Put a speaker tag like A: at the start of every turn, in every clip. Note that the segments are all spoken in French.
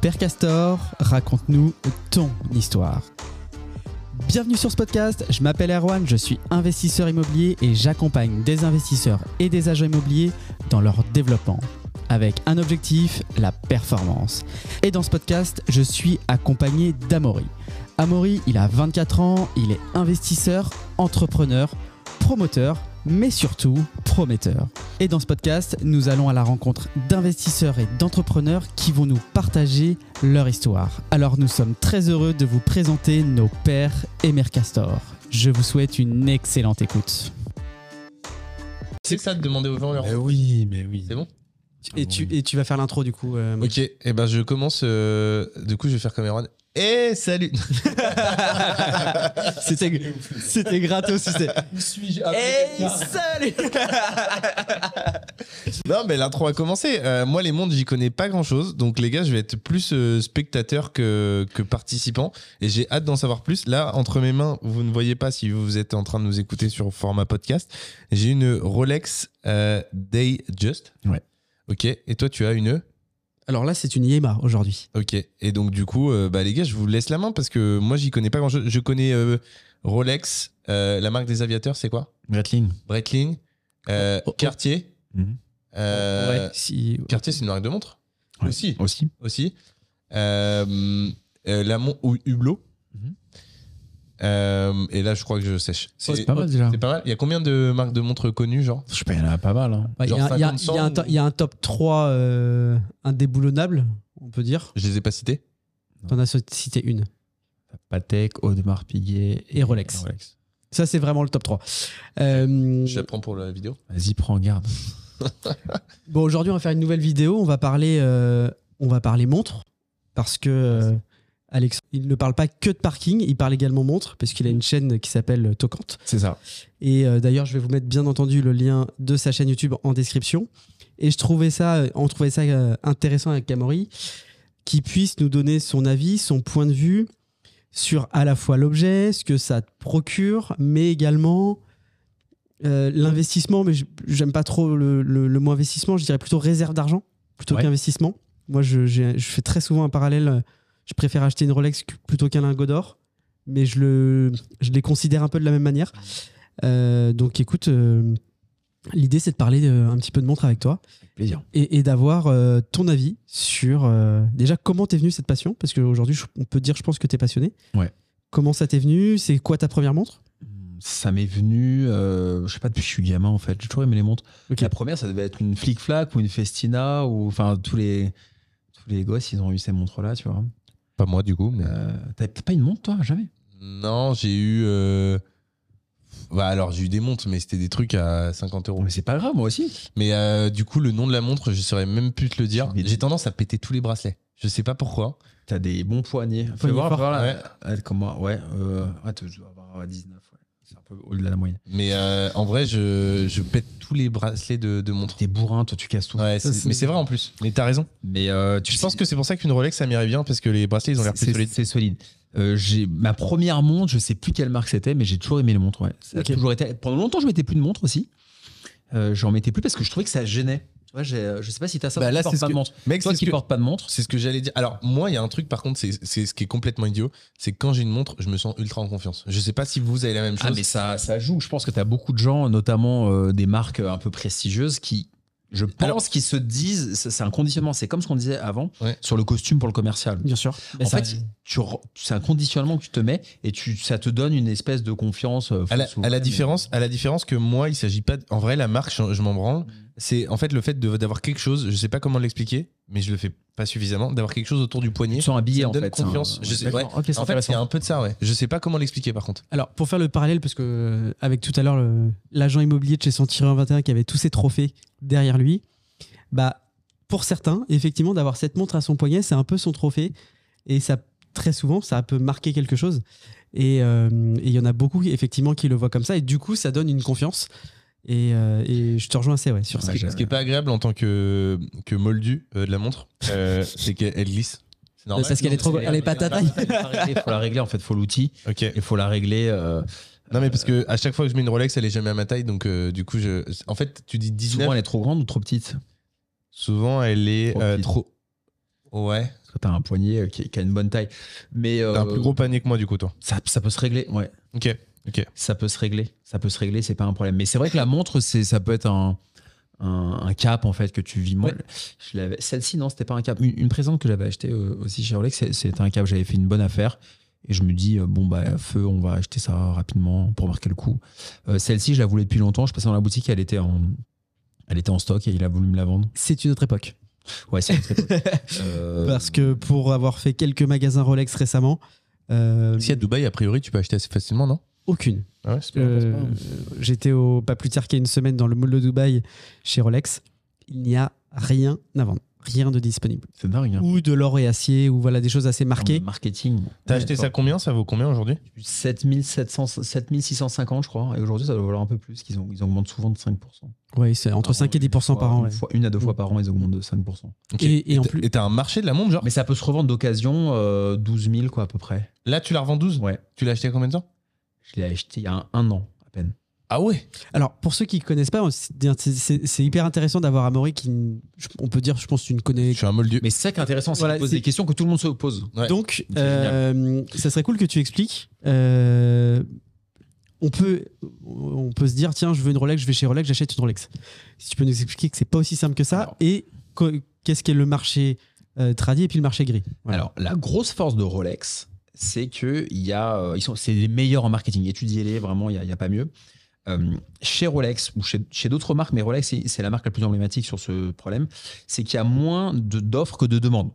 A: Père Castor, raconte-nous ton histoire. Bienvenue sur ce podcast, je m'appelle Erwan, je suis investisseur immobilier et j'accompagne des investisseurs et des agents immobiliers dans leur développement avec un objectif, la performance. Et dans ce podcast, je suis accompagné d'Amaury. Amaury, il a 24 ans, il est investisseur, entrepreneur, promoteur, mais surtout prometteur. Et dans ce podcast, nous allons à la rencontre d'investisseurs et d'entrepreneurs qui vont nous partager leur histoire. Alors nous sommes très heureux de vous présenter nos pères et mères castors. Je vous souhaite une excellente écoute.
B: C'est ça de demander aux gens leur.
C: Mais oui, mais oui.
B: C'est bon
D: Et tu, et tu vas faire l'intro du coup. euh,
B: Ok, et ben je commence. euh, du coup, je vais faire comme Erwan. Eh, salut
A: C'était, c'était gratos. c'était-
B: suis
A: Hey, salut
B: Non, mais l'intro a commencé. Euh, moi, les mondes, j'y connais pas grand chose. Donc, les gars, je vais être plus euh, spectateur que, que participant. Et j'ai hâte d'en savoir plus. Là, entre mes mains, vous ne voyez pas si vous êtes en train de nous écouter sur format podcast. J'ai une Rolex euh, Dayjust.
C: Ouais.
B: Ok, et toi, tu as une.
D: Alors là, c'est une IEMA aujourd'hui.
B: Ok, et donc du coup, euh, bah, les gars, je vous laisse la main parce que moi, j'y connais pas grand-chose. Je connais euh, Rolex, euh, la marque des aviateurs, c'est quoi
C: Gatling.
B: Breitling, euh,
D: Oh, oh.
B: Cartier.
C: Mhm.
B: Euh,
D: Ouais, si-
B: Cartier, c'est une marque de montre
C: Ouais.
B: aussi.
C: Aussi.
B: aussi. Euh, euh, la mon ou Hublot.
C: Mhm.
B: Euh, et là, je crois que je sèche.
C: Oh, c'est pas mal déjà.
B: c'est pas mal. Il y a combien de marques de montres connues, genre
C: Je sais pas, il y en a pas mal. hein.
D: Ouais, Il y,
B: genre
D: a- il y a-
B: 50,
D: il y a un
B: ou-
D: to- il y a un top 3 euh, indéboulonnable, on peut dire.
B: Je les ai pas citées.
D: T'en as cité une.
C: Patek, Audemars Piguet
D: Et Rolex. Ça, c'est vraiment le top 3. Euh,
B: Je la prends pour la vidéo.
C: Vas-y, prends garde.
D: bon, aujourd'hui, on va faire une nouvelle vidéo. On va parler, euh, on va parler montre parce que euh, Alex, il ne parle pas que de parking, il parle également montre parce qu'il a une chaîne qui s'appelle euh, Tocante.
C: C'est ça.
D: Et euh, d'ailleurs, je vais vous mettre bien entendu le lien de sa chaîne YouTube en description. Et je trouvais ça, euh, on trouvait ça euh, intéressant avec Amaury, qui puisse nous donner son avis, son point de vue sur à la fois l'objet, ce que ça te procure, mais également euh, l'investissement. Mais je- j'aime pas trop le, le- le mot investissement, je dirais plutôt réserve d'argent plutôt
C: Ouais.
D: qu'investissement. Moi, je, j'ai- je fais très souvent un parallèle. euh, Je préfère acheter une Rolex que- plutôt qu'un lingot d'or, mais je, le, je les considère un peu de la même manière. Euh, donc écoute, euh, l'idée c'est de parler euh, un petit peu de montre avec toi
C: Plaisir.
D: et, et d'avoir euh, ton avis sur euh, déjà comment t'es venu cette passion parce qu'aujourd'hui je- on peut dire je pense que t'es passionné.
C: Ouais.
D: Comment ça t'est venu C'est quoi ta première montre
C: Ça m'est venu, euh, je sais pas, depuis que je suis gamin en fait. J'ai toujours aimé les montres.
D: Ok.
C: La première, ça devait être une Flic Flac ou une Festina ou enfin tous les tous les gosses, ils ont eu ces montres là, tu vois.
B: Pas moi, du coup. Mais...
C: Euh, T'avais peut-être pas une montre toi, jamais.
B: Non, j'ai eu. euh, Bah alors, j'ai eu des montres, mais c'était des trucs à 50 euros.
C: Mais c'est pas grave, moi aussi.
B: Mais euh, du coup, le nom de la montre, je saurais même plus te le dire.
C: Mais-
B: J'ai tendance à péter tous les bracelets. Je sais pas pourquoi.
C: T'as des bons poignets. Fais
D: Poignet
C: voir,
D: fort.
C: voilà.
B: Ouais.
C: Ouais, comment Ouais. Euh, attends, je dois avoir euh, 19. ouais. C'est un peu au-delà de la moyenne.
B: Mais euh, en vrai, je, je pète tous les bracelets de, de montres.
C: T'es bourrin, toi, tu casses tout.
B: Ouais, c'est-
D: c'est-
B: mais c'est vrai en plus. Mais t'as raison.
C: Mais euh, tu
B: Je pense que c'est pour ça qu'une Rolex, ça m'irait bien parce que les bracelets, ils ont l'air plus
C: c'est-
B: solides.
C: C'est solide. Euh, j'ai ma première montre, je sais plus quelle marque c'était, mais j'ai toujours aimé les montres. Ouais. Ça a
D: Ok.
C: toujours été. Pendant longtemps, je mettais plus de montre aussi. Euh, J'en mettais plus parce que je trouvais que ça gênait. Tu vois, j'ai- euh, je sais pas si t'as ça.
B: Bah
C: toi
B: là,
C: qui portes
B: c'est ce
C: pas
B: que-
C: de montre.
B: Mec,
C: Toi
B: c'est
C: qui
B: ce, que-
C: portes pas de montre,
B: c'est ce que j'allais dire. Alors, moi, il y a un truc par contre, c'est c'est ce qui est complètement idiot. C'est que quand j'ai une montre, je me sens ultra en confiance. Je sais pas si vous avez la même chose.
C: Ah, mais ça, ça joue. Je pense que tu as beaucoup de gens, notamment euh, des marques euh, un peu prestigieuses, qui, je pense,
B: Alors-
C: qui se disent, c'est c'est un conditionnement. C'est comme ce qu'on disait avant
B: Ouais.
C: sur le costume pour le commercial.
D: Bien sûr.
C: en fait, tu re- c'est un conditionnement que tu te mets et tu, ça te donne une espèce de confiance. euh,
B: à la,
C: fausse ou
B: à la
C: vraie, mais-
B: différence, à la différence que moi, il s'agit pas. de- En vrai, la marque, je, je m'en branle. C'est en fait le fait de- d'avoir quelque chose. Je sais pas comment l'expliquer, mais je le fais pas suffisamment. D'avoir quelque chose autour du poignet.
C: Tu sens un billet
B: Ça me
C: en
B: donne
C: fait. hein. c'est un-
B: confiance. Je sais-
C: D'accord, ok, c'est
B: En fait, il y a un peu de ça, ouais. Je sais pas comment l'expliquer, par contre.
D: Alors, pour faire le parallèle, parce que euh, avec tout à l'heure le- l'agent immobilier de chez Centurion 21 qui avait tous ses trophées derrière lui, bah pour certains, effectivement, d'avoir cette montre à son poignet, c'est un peu son trophée, et ça très souvent, ça peut marquer quelque chose. Et euh, et il y en a beaucoup effectivement qui le voient comme ça, et du coup, ça donne une confiance. Et, euh, et je te rejoins assez ouais, sur
C: Ouais,
D: ça.
C: j'ai-
B: Ce qui est pas agréable en tant que, que moldu euh, de la montre, euh, c'est qu'elle elle glisse. C'est normal.
D: Parce qu'elle est trop, elle est pas à ta taille.
C: Il faut la régler en fait, faut l'outil,
B: Ok.
C: il faut la régler. euh,
B: Non, mais parce que à chaque fois que je mets une Rolex, elle est jamais à ma taille. Donc, euh, du coup, je... en fait, tu dis 19.
C: souvent elle est trop grande ou trop petite.
B: Souvent, elle est
C: Trop
B: euh,
C: petite.
B: trop. Ouais.
C: Parce que t'as un poignet euh, qui, qui a une bonne taille. Mais euh,
B: T'as un plus gros panier que moi, du coup, toi.
C: ça, ça peut se régler, ouais.
B: Ok. Ok.
C: Ça peut se régler. Ça peut se régler, c'est pas un problème. Mais c'est vrai que la montre, c'est, ça peut être un, un, un cap, en fait, que tu vis. Moi, je l'avais- celle-ci, non, c'était pas un cap. Une, une présente que j'avais achetée euh, aussi chez Rolex, c'est- c'était un cap. J'avais fait une bonne affaire. Et je me dis, euh, bon, bah, feu, on va acheter ça rapidement pour marquer le coup. Euh, celle-ci, je la voulais depuis longtemps. Je passais dans la boutique, elle était en, elle était en stock et il a voulu me la vendre.
D: C'est une autre époque.
C: Ouais, c'est une très bonne. Euh,
D: Parce que pour avoir fait quelques magasins Rolex récemment, euh,
B: Si à Dubaï, a priori, tu peux acheter assez facilement, non
D: aucune.
B: Ah ouais, c'est
D: Euh,
B: pas-
C: hein
D: J'étais au pas plus tard qu'il y a une semaine dans le mall de Dubaï chez Rolex. Il n'y a rien à vendre, rien de disponible.
C: C'est dingue. Hein.
D: Ou de l'or et acier, ou voilà des choses assez
C: En
D: marquées.
C: Marketing.
B: T'as acheté ça combien Ça vaut combien aujourd'hui
C: 7700, 7650, je crois. Et aujourd'hui, ça doit valoir un peu plus. qu'ils ont, ils augmentent souvent de 5%.
D: Oui, c'est entre 5 et 10
C: Une
D: par
C: fois-
D: an.
C: Une,
D: ouais.
C: fois- une à deux fois par an, ils augmentent de 5%.
B: Ok.
D: Et, et en
B: T'as-
D: plus,
B: Et t'as un marché de la montre, genre
C: Mais ça peut se revendre d'occasion euh, 12 000, quoi, à peu près.
B: Là, tu la revends 12
C: Ouais.
B: Tu l'as acheté il y a combien de temps
C: Je l'ai acheté il y a un, un an, à peine.
B: Ah ouais
D: Alors, pour ceux qui ne connaissent pas, c'est- c'est c'est hyper intéressant d'avoir Amaury qui, je- on peut dire, je pense, que tu ne connais.
B: Je suis un moldu.
C: Mais c'est ça qui est intéressant, c'est
D: Voilà,
C: qu'il pose
D: c'est-
C: des questions que tout le monde se pose.
B: ouais.
D: Donc,
C: C'est
D: euh, ça serait cool que tu expliques. euh, on, peut, on peut se dire, tiens, je veux une Rolex, je vais chez Rolex, j'achète une Rolex. Si tu peux nous expliquer que c'est pas aussi simple que ça,
C: Alors.
D: et co- qu'est-ce qu'est le marché euh, tradi et puis le marché gris. Voilà.
C: Alors, la grosse force de Rolex, c'est que il y a, euh, ils sont, c'est les meilleurs en marketing. Étudiez-les, vraiment, il n'y a, il y a pas mieux. Euh, chez Rolex ou chez, chez d'autres marques, mais Rolex, c'est c'est la marque la plus emblématique sur ce problème, c'est qu'il y a moins de- d'offres que de demandes.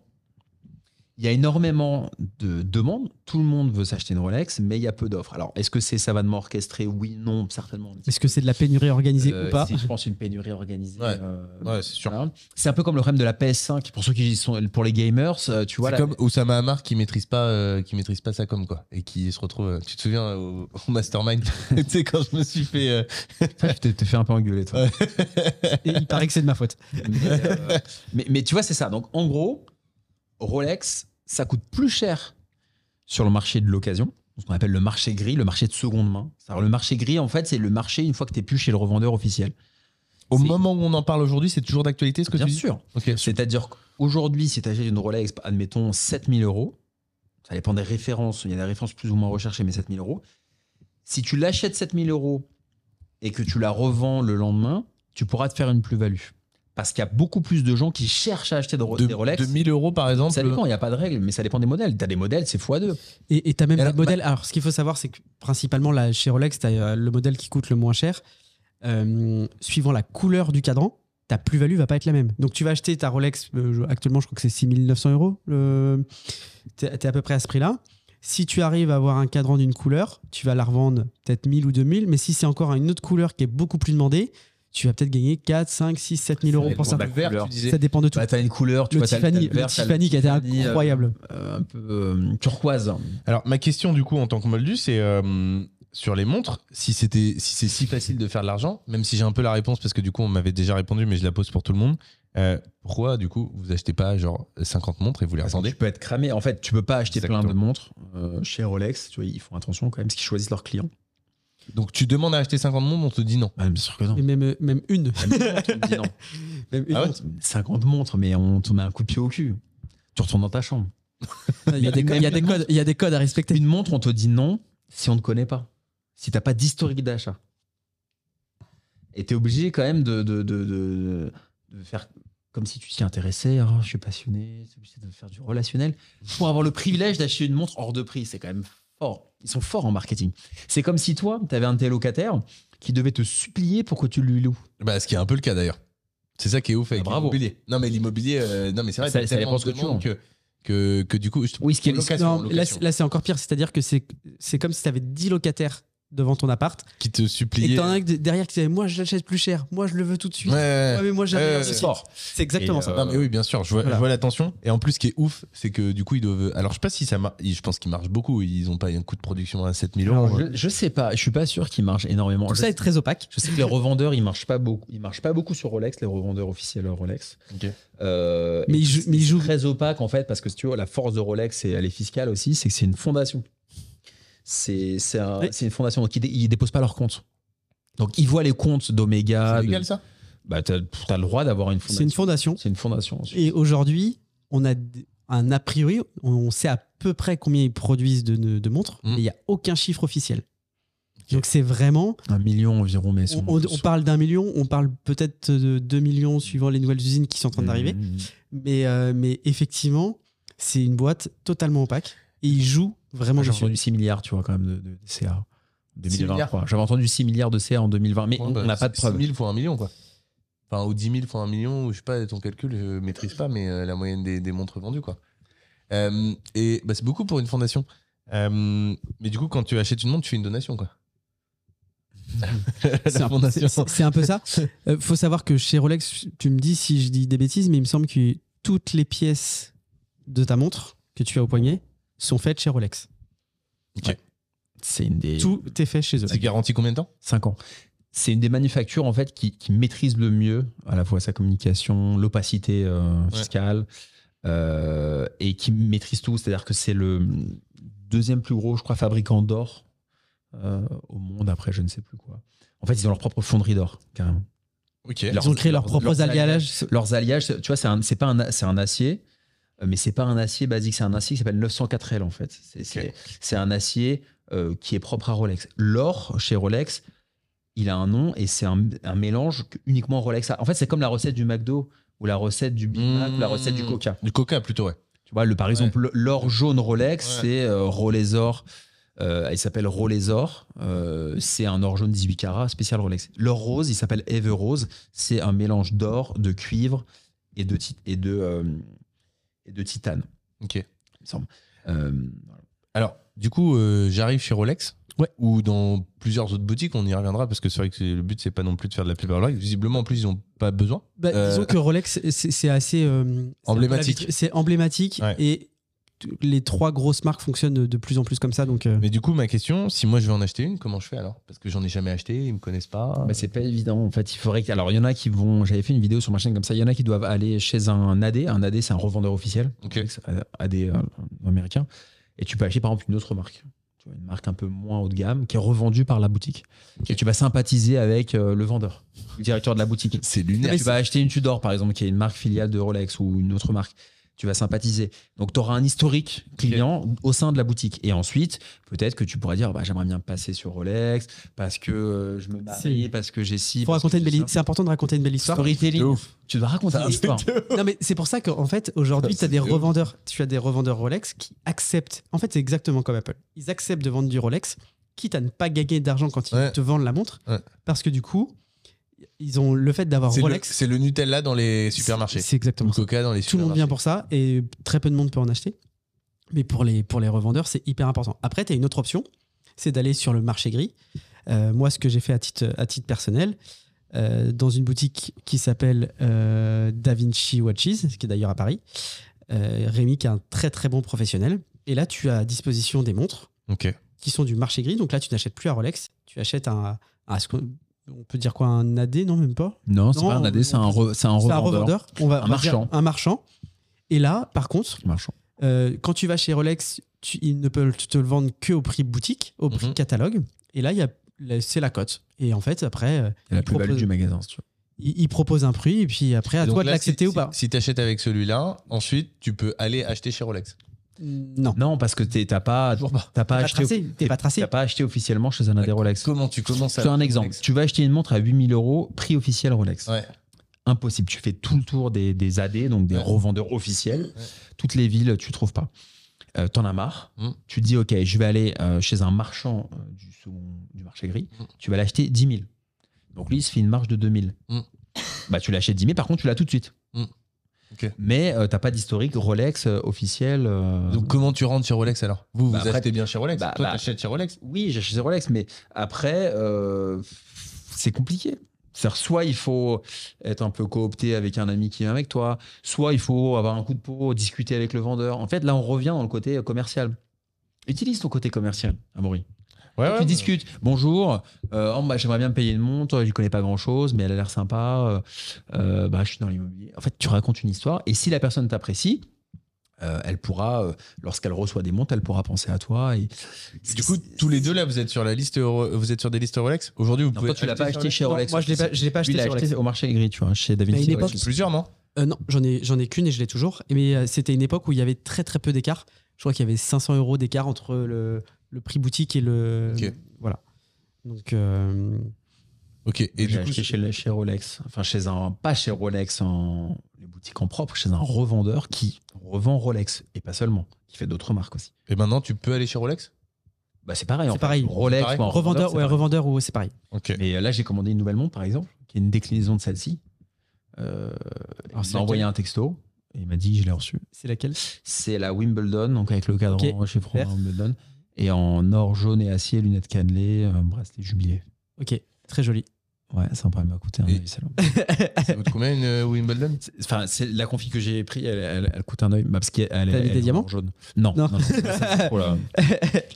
C: Il y a énormément de demandes. Tout le monde veut s'acheter une Rolex, mais il y a peu d'offres. Alors, est-ce que c'est savamment orchestré Oui, non, certainement.
D: Est-ce que c'est de la pénurie organisée
C: Euh,
D: ou pas
C: c'est, je pense une pénurie organisée.
B: Ouais.
C: euh,
B: Ouais, c'est sûr.
C: voilà. C'est un peu comme le problème de la PS5 pour ceux qui sont pour les gamers, euh, tu vois.
B: C'est
C: la-
B: comme Oussama Hamar qui maîtrise pas euh, qui maîtrise pas sa com quoi et qui se retrouve euh, tu te souviens euh, au, au mastermind tu sais quand je me suis fait euh,
C: Toi, tu t'es- t'es fait un peu engueuler, toi.
D: Et Il paraît que c'est de ma faute.
C: mais, euh, mais- mais tu vois, c'est ça. Donc, en gros, Rolex, ça coûte plus cher sur le marché de l'occasion, ce qu'on appelle le marché gris, le marché de seconde main. Alors, le marché gris, en fait, c'est le marché une fois que tu plus chez le revendeur officiel.
B: au
C: C'est-
B: moment où on en parle aujourd'hui c'est toujours d'actualité ce que
C: Bien
B: tu dis
C: sûr.
B: Ok.
C: C'est-à-dire qu'aujourd'hui, si tu achètes une Rolex, admettons 7000 euros, ça dépend des références, il y a des références plus ou moins recherchées, mais 7000 euros. Si tu l'achètes 7000 euros et que tu la revends le lendemain, tu pourras te faire une plus-value. Parce qu'il y a beaucoup plus de gens qui cherchent à acheter de-
B: de,
C: des Rolex.
B: 2000 euros par exemple
C: Ça dépend, il n'y a pas de règle, mais ça dépend des modèles. Tu as des modèles, c'est x2.
D: Et tu as même
B: Et
D: des
B: alors,
D: modèles. Alors, ce qu'il faut savoir, c'est que principalement, là, chez Rolex, tu as euh, le modèle qui coûte le moins cher. Euh, suivant la couleur du cadran, ta plus-value va pas être la même. Donc, tu vas acheter ta Rolex, euh, je- actuellement, je crois que c'est 6900 euros. Tu es, à peu près à ce prix-là. Si tu arrives à avoir un cadran d'une couleur, tu vas la revendre peut-être 1000 ou 2000. Mais si c'est encore une autre couleur qui est beaucoup plus demandée, tu vas peut-être gagner 4, 5, 6, 7000 euros pour ça.
B: le vert
C: couleur.
B: bah, tu disais
D: Ça dépend de tout.
C: Bah, tu as une couleur, tu
D: le
C: vois, t'as t'as
D: Tiffany,
C: vert,
D: le
C: t'as le
D: Tiffany qui a été
C: Tiffany, euh,
D: incroyable.
C: euh, un peu euh, turquoise.
B: alors ma question du coup en tant que moldu c'est euh, sur les montres si c'était si c'est si facile de faire de l'argent même si j'ai un peu la réponse parce que du coup on m'avait déjà répondu mais je la pose pour tout le monde euh, pourquoi du coup vous achetez pas genre 50 montres et vous les
C: Parce que
B: revendez
C: Tu peux être cramé. En fait, tu peux pas acheter plein de
B: Exactement.
C: montres euh, chez Rolex. Tu vois, ils font attention quand même, parce qu'ils choisissent leurs clients.
B: donc tu demandes à acheter 50 montres on te dit non
C: Ah, bien sûr que non.
D: Et même, euh, même une. Même une.
B: Ah ouais
C: 50 montres, mais on te met un coup de pied au cul. Tu retournes dans ta chambre.
D: Il y, a Bah, des co- il y a des codes, il y a des codes à respecter.
C: Une montre, on te dit non si on ne connaît pas. Si t'as pas d'historique d'achat. Et t'es obligé quand même de, de, de, de- de faire comme si tu t'y intéressais. Ah, je suis passionné, c'est obligé de faire du relationnel. Pour avoir le privilège d'acheter une montre hors de prix, c'est quand même fort. Ils sont forts en marketing. C'est comme si toi, t'avais un de tes locataires qui devait te supplier pour que tu lui loues.
B: Bah, ce qui est un peu le cas d'ailleurs. C'est ça qui est ouf avec
C: Ah, bravo.
B: l'immobilier. Non, mais l'immobilier, euh, non, mais c'est vrai,
C: Ça-
B: t'as
C: ça
B: tellement
C: dépend ce
B: de
C: que tu
B: demandes
C: vends.
B: que, que, que du coup, je-
C: Oui, ce qui est
B: Location,
D: Non, là,
B: location.
D: c'est- là, c'est encore pire, c'est-à-dire que c'est c'est comme si tu avais 10 locataires devant ton appart
B: qui te
D: et
B: supplie.
D: que t'en as un que- derrière qui disait moi je l'achète plus cher, moi je le veux tout de suite.
B: Ouais, ouais,
D: Ouais,
B: ouais.
D: mais moi j'avais
B: Ouais,
D: l'air
B: ouais,
D: de
B: ouais.
D: suite. C'est exactement
C: Et,
D: ça.
C: euh,
B: Non, mais oui, bien sûr, je vois,
D: Voilà.
B: je vois la tension. Et en plus, ce qui est ouf, c'est que du coup, ils doivent. Alors, je sais pas si ça marche. Je pense qu'ils marchent beaucoup. Ils ont pas un coût de production à 7000 euros. hein.
C: je, je sais pas, je suis pas sûr qu'il marche énormément.
B: euh,
D: Tout
C: Je
D: ça est très opaque.
C: Je sais que les revendeurs, ils marchent pas beaucoup. Ils marchent pas beaucoup sur Rolex, les revendeurs officiels Rolex.
B: Ok.
C: Euh,
D: Mais
C: et
D: ils
C: c'est-
D: jouent- mais ils
C: c'est
D: jouent-
C: très opaque en fait, parce que si tu vois, la force de Rolex, et elle est fiscale aussi, c'est que c'est une fondation. C'est c'est un-
D: Ouais.
C: c'est une fondation, donc ils, dé- ils déposent pas leurs comptes. Donc ils voient les comptes
B: C'est
C: d'Omega. de-
B: légal, ça
C: Bah, t'as as le droit d'avoir une
D: C'est une
C: fondation.
D: fondation.
C: C'est une fondation. ensuite.
D: Et aujourd'hui, on a d- un a priori, on sait à peu près combien ils produisent de, de- de montres,
B: Mm.
D: mais il n'y a aucun chiffre officiel. Donc c'est vraiment,
C: Un million environ, mais
D: on, on- on parle d'un million, on parle peut-être de 2 millions suivant les nouvelles usines qui sont en
B: Hmm.
D: train d'arriver,
C: Mmh,
D: mais, euh, mais effectivement, c'est une boîte totalement opaque et ils jouent
B: Ah,
D: vraiment
C: J'ai
D: dessus.
C: entendu 6 milliards, tu vois, quand même, de, de- de CA. en 2023.
B: milliards.
C: J'avais entendu 6 milliards de CA en 2020, mais
B: Ouais,
C: on
B: bah,
C: on n'a pas de
B: c'est
C: preuves.
B: 6 000 fois 1 million, quoi. Enfin, ou 10 000 fois 1 million, ou je sais pas, ton calcul, je maîtrise pas, mais euh, la moyenne des, des montres vendues, quoi. Euh, et bah, c'est beaucoup pour une fondation. Euh, mais du coup, quand tu achètes une montre, tu fais une donation, quoi.
D: C'est
B: la
D: un-
B: fondation.
D: c'est- c'est un peu ça. Euh, faut savoir que chez Rolex, tu me dis si je dis des bêtises, mais il me semble que toutes les pièces de ta montre que tu as au poignet sont faites chez Rolex.
C: C'est une des.
D: Tout est fait chez eux.
B: C'est garanti combien de temps
C: 5 ans. C'est une des manufactures en fait qui, qui maîtrise le mieux à la fois sa communication, l'opacité euh, fiscale euh, et qui maîtrise tout. C'est-à-dire que c'est le deuxième plus gros, je crois, fabricant d'or euh, au monde. Après, je ne sais plus quoi. En fait, ils ont leur propre fonderie d'or carrément.
B: Ok.
D: Ils ont créé leurs propres alliages.
C: Leurs alliages, c'est- tu vois, c'est un- c'est pas un, a- c'est un acier, euh, mais c'est pas un acier basique, c'est un acier qui s'appelle 904L en fait. C'est c'est- c'est un acier euh, qui est propre à Rolex. L'or chez Rolex, il a un nom et c'est un, un mélange que uniquement Rolex a. En fait, c'est comme la recette du McDo ou la recette du Big Mac ou la
B: Mmh.
C: recette du Coca.
B: Du coca, plutôt, ouais.
C: Tu vois, le, par exemple, le- l'or jaune Rolex,
B: Ouais.
C: c'est euh, Rolex Or. Euh, il s'appelle Rolex Or. Euh, c'est un or jaune 18 carats spécial Rolex. L'or rose, il s'appelle Ever Rose. C'est un mélange d'or, de cuivre et de, ti- et de, euh, et de titane,
B: Ok.
C: il me semble. Euh, voilà.
B: Alors, du coup, euh, j'arrive chez Rolex.
D: Ouais.
B: Ou dans plusieurs autres boutiques, on y reviendra parce que c'est vrai que c'est- le but, c'est pas non plus de faire de la pub à Rolex. Visiblement, en plus, ils ont pas besoin.
D: Bah,
B: Euh,
D: Disons que Rolex, c'est c'est assez euh, c'est un peu la
B: Emblématique.
D: vitrine- C'est emblématique
B: Ouais.
D: et t- les trois grosses marques fonctionnent de, de plus en plus comme ça. Donc, euh,
B: Mais du coup, ma question, si moi je veux en acheter une, comment je fais alors Parce que j'en ai jamais acheté, ils me connaissent pas.
C: Bah, c'est pas évident. En fait, il faudrait que. Alors, il y en a qui vont. J'avais fait une vidéo sur ma chaîne comme ça. Il y en a qui doivent aller chez un AD. Un AD, c'est un revendeur officiel.
B: Ok.
C: AD, euh, américain. Et tu peux acheter par exemple une autre marque. Tu vois, une marque un peu moins haut de gamme qui est revendue par la boutique. Et tu vas sympathiser avec euh, le vendeur, le directeur de la boutique.
B: C'est
C: Tu
B: lunaire.
C: vas acheter une Tudor par exemple, qui est une marque filiale de Rolex ou une autre marque. Tu vas sympathiser. Donc, tu auras un historique client au sein de la boutique. Et ensuite, peut-être que tu pourras dire bah, j'aimerais bien passer sur Rolex parce que euh, je me marie,
D: C'est-
C: parce que j'ai si.
D: faut
C: parce
D: raconter
C: que
D: une
C: j'ai
D: belle,
C: ça.
D: c'est important de raconter une belle histoire.
C: Storytelling. Tu dois raconter une histoire.
D: Non mais c'est pour ça qu'en fait aujourd'hui tu as des revendeurs, tu as des revendeurs Rolex qui acceptent. En fait c'est exactement comme Apple. Ils acceptent de vendre du Rolex, quitte à ne pas gagner d'argent quand ils
B: Ouais.
D: te vendent la montre,
B: Ouais.
D: parce que du coup ils ont le fait d'avoir
B: C'est le,
D: Rolex.
B: c'est le Nutella dans les supermarchés.
D: C'est c'est
B: Ou
D: exactement ça.
B: Coca dans les supermarchés.
D: Tout le monde vient pour ça et très peu de monde peut en acheter. Mais pour les pour les revendeurs c'est hyper important. Après tu as une autre option, c'est d'aller sur le marché gris. Euh, moi ce que j'ai fait à titre à titre personnel. euh, dans une boutique qui s'appelle euh, Da Vinci Watches, qui est d'ailleurs à Paris. Euh, Rémi, qui est un très très bon professionnel. Et là, tu as à disposition des montres
B: Ok.
D: qui sont du marché gris. Donc là, tu n'achètes plus un Rolex, tu achètes un. un- ce qu'on- on peut dire quoi Un AD Non, même pas.
C: Non, c'est
D: Non,
C: pas un AD, c'est un,
D: on-
C: re- c'est un
D: C'est un
C: revendeur.
D: revendeur. On va,
C: Un
D: on va dire
C: marchand.
D: Un marchand. Et là, par contre,
C: Marchand.
D: euh, quand tu vas chez Rolex, tu- ils ne peuvent te le vendre que au prix boutique, au prix
B: Mhm.
D: catalogue. Et là, il y a- là, c'est la cote. Et en fait, après, euh,
C: Il y a la
D: il
C: plus-value
D: propose-
C: du magasin, si tu veux.
D: il, il propose un prix et puis après à
B: Et donc
D: toi de
B: là,
D: l'accepter
B: si-
D: ou pas.
B: Si, si t'achètes avec celui-là, ensuite tu peux aller acheter chez Rolex.
D: Mm, Non.
C: Non, parce que t'es- t'as pas, t'as pas
D: T'es pas
C: acheté.
D: tracé, t'es pas tracé.
C: t'as pas acheté officiellement chez un AD Rolex.
B: Comment tu commences à.
C: Je te donne un exemple. Tu vas acheter une montre à 8000 euros, prix officiel Rolex.
B: Ouais.
C: Impossible. Tu fais tout le tour des, des AD, donc des
B: Ouais.
C: revendeurs officiels.
B: Ouais.
C: Toutes les villes, tu trouves pas. Euh, T'en as marre.
B: Mm.
C: Tu dis, OK, je vais aller euh, chez un marchand euh, du, second- du marché gris.
B: Mm.
C: Tu vas l'acheter 10 000. Donc lui, il se fait une marge de 2 000.
B: Mm.
C: Bah, tu l'achètes 10 000, par contre, tu l'as tout de suite.
B: Mm. Ok.
C: Mais euh, t'as pas d'historique Rolex euh, officiel. euh,
B: Donc comment tu rentres chez Rolex alors Vous,
C: Bah,
B: vous
C: après-
B: achetez bien chez Rolex.
C: Bah,
B: Toi,
C: bah-
B: t'achètes chez Rolex.
C: oui, j'ai acheté Rolex, mais après, euh, c'est compliqué. C'est-à-dire, soit il faut être un peu coopté avec un ami qui vient avec toi, soit il faut avoir un coup de peau, discuter avec le vendeur. En fait, là, on revient dans le côté euh, commercial. Utilise ton côté commercial, Amaury.
B: Ouais,
C: tu discutes. Bonjour, euh, oh, bah, j'aimerais bien me payer une montre, je connais pas grand-chose, mais elle a l'air sympa. euh, euh, bah, je suis dans l'immobilier. En fait, tu racontes une histoire et si la personne t'apprécie, euh, elle pourra, euh, lorsqu'elle reçoit des montres, elle pourra penser à toi. Et...
B: Du coup, tous les deux là, vous êtes sur la liste, Ro- vous êtes sur des listes Rolex. Aujourd'hui, vous
C: Non,
B: pouvez.
C: toi, tu l'as pas
B: acheter
C: acheté
B: chez
C: chez
D: Non,
C: Rolex.
D: moi, je l'ai pas, je l'ai pas
C: Lui,
D: acheté
C: il l'a
D: sur
C: acheté
D: Rolex.
C: au marché gris, tu vois, chez David.
D: Mais à une
B: Rolex. Plusieurs, non
D: Euh, non, j'en ai, j'en ai qu'une et je l'ai toujours. Et Mais euh, c'était une époque où il y avait très très peu d'écart. Je crois qu'il y avait 500 euros d'écart entre le, le prix boutique et le.
B: Ok.
D: Voilà. Donc, euh,
B: Ok. Et
C: J'ai
B: du coup,
C: acheté chez, le- chez Rolex, enfin chez un, pas chez Rolex, en, les boutiques en propre, chez un revendeur qui revend Rolex et pas seulement, qui fait d'autres marques aussi.
B: et maintenant, tu peux aller chez Rolex
C: Bah c'est pareil. en
D: C'est
C: fait.
D: pareil.
C: Rolex,
B: C'est pareil.
C: ou un
D: revendeur,
C: c'est
D: ouais,
C: pareil.
D: revendeur ou c'est pareil.
B: Ok.
C: Mais euh, là j'ai commandé une nouvelle montre par exemple, qui est une déclinaison de celle-ci.
B: Ah,
C: Euh,
D: Alors,
C: il
D: c'est
C: m'a envoyé un texto et il m'a dit je l'ai reçu.
D: C'est laquelle
C: C'est la Wimbledon, donc avec le cadran euh, chez Franck
D: super.
C: Wimbledon et en or jaune et acier, lunettes cannelées, euh, bracelet jubilé.
D: Ok, très joli.
C: Ouais, sympa, elle m'a coûté un
B: Et-
C: œil, celle-là.
B: Ça vaut combien une euh, Wimbledon
C: C'est- Enfin, c'est la config que j'ai pris, elle, elle- elle coûte un œil. Bah, parce qu'elle elle,
D: T'as mis
C: elle
D: des
C: est
D: diamants
C: en jaune. Non.
D: Non.
C: non, non, ça, c'est trop, là.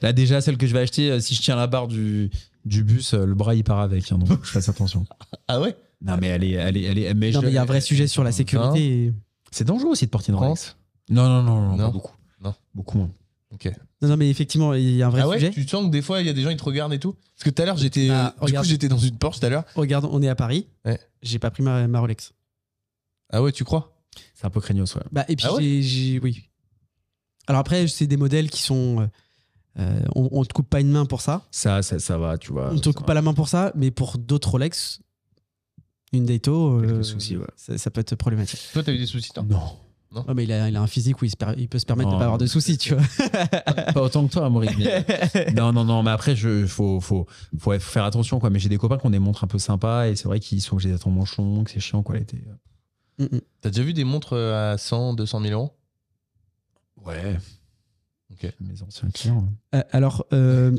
C: Là, déjà, celle que je vais acheter, euh, si je tiens la barre du, du bus, euh, le bras il part avec. hein, donc, je fasse attention.
B: Ah ouais
C: Non, mais elle est, elle est, elle est. mais
D: Non,
C: je-
D: mais il y a un vrai sujet sur la
C: Hein
D: sécurité. et-
C: C'est dangereux aussi de porter une Rolex.
B: France
C: Non, non, non, non,
B: Non.
C: pas beaucoup.
B: Non.
C: Beaucoup moins.
B: Ok.
D: Non, non, mais effectivement, il y a un vrai
B: Ah ouais
D: sujet.
B: Tu sens que des fois, il y a des gens, ils te regardent et tout Parce que tout à l'heure, j'étais euh,
D: Ah,
B: du coup,
D: regarde.
B: j'étais dans une Porsche tout à l'heure.
D: Regarde, on est à Paris.
B: Ouais.
D: J'ai pas pris ma, ma Rolex.
B: Ah ouais, tu crois
C: C'est un peu craignos, ouais.
D: Bah, et puis,
B: Ah ouais
D: j'ai- j'ai- Oui. Alors après, c'est des modèles qui sont. euh, on, on te coupe pas une main pour ça.
C: Ça, ça, ça va, tu vois.
D: on te
C: ça
D: coupe
C: va.
D: pas la main pour ça, mais pour d'autres Rolex, une Dato,
C: Quelques
D: euh,
C: soucis, ouais.
D: ça, ça peut être problématique.
B: Toi, t'as eu des soucis, toi
C: Non.
D: Ouais, mais il a, il a un physique où il, se per- il peut se permettre de
C: Oh.
D: pas avoir de soucis, tu vois.
C: pas autant que toi, Maurice. mais- non, non, non, mais après, je, faut, faut, faut faire attention, quoi. Mais j'ai des copains qui ont des montres un peu sympas et c'est vrai qu'ils sont obligés d'être en manchon, que c'est chiant, quoi, l'été.
D: Mm, mm.
B: T'as déjà vu des montres euh, à 100, 200 000 euros
C: Ouais.
B: Ok.
C: Mes anciens clients. hein.
D: Euh, alors, euh,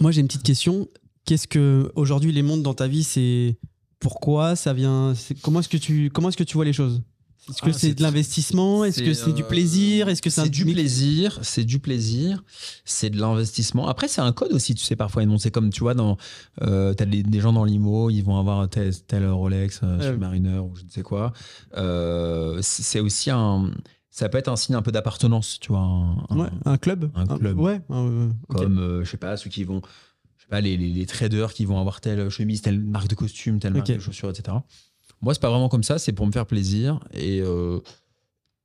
D: moi j'ai une petite question. Qu'est-ce que aujourd'hui les mondes dans ta vie, c'est pourquoi ça vient c'est- Comment est-ce que tu comment est-ce que tu vois les choses Est-ce que
C: Ah,
D: c'est
C: c'est-
D: de l'investissement Oh, Est-ce que c'est du
C: euh,
D: plaisir Est-ce que c'est un
C: du
D: mix-
C: plaisir C'est du plaisir. C'est de l'investissement. Après, c'est un code aussi. Tu sais, parfois, ils montent. C'est comme tu vois, dans euh, t'as des, des gens dans l'IMO, ils vont avoir tel, tel Rolex, euh,
D: Euh.
C: Submariner ou je ne sais quoi. Euh, c'est c'est aussi un. Ça peut être un signe un peu d'appartenance, tu vois. un- un-
D: Ouais, un club
C: un club.
D: Ouais. un- euh, ok.
C: comme euh, je sais pas ceux qui vont je sais pas les, les- les traders qui vont avoir telle chemise telle marque de costume telle marque
D: Ok.
C: de chaussures etc moi c'est pas vraiment comme ça c'est pour me faire plaisir et euh,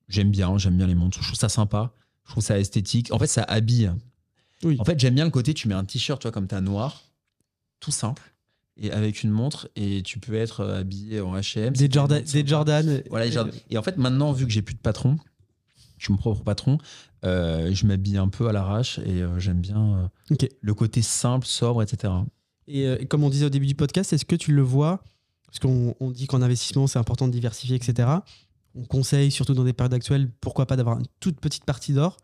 C: j'aime bien j'aime bien les montres je trouve ça sympa je trouve ça esthétique en fait ça habille
D: Oui.
C: en fait j'aime bien le côté tu mets un t-shirt toi comme t'as noir tout simple et avec une montre et tu peux être euh, habillé en H&M
D: Des
C: C'est
D: Jordan,
C: tellement
D: des
C: sympa.
D: Jordan.
C: Voilà, les jardins. Et en fait, maintenant, vu que j'ai plus de patron, je suis mon propre patron, euh, je m'habille un peu à l'arrache et euh, j'aime bien euh,
D: Ok.
C: le côté simple, sobre, etc.
D: Et euh, comme on disait au début du podcast, est-ce que tu le vois Parce qu'on on dit qu'en investissement, c'est important de diversifier, etc. On conseille, surtout dans des périodes actuelles, pourquoi pas d'avoir une toute petite partie d'or.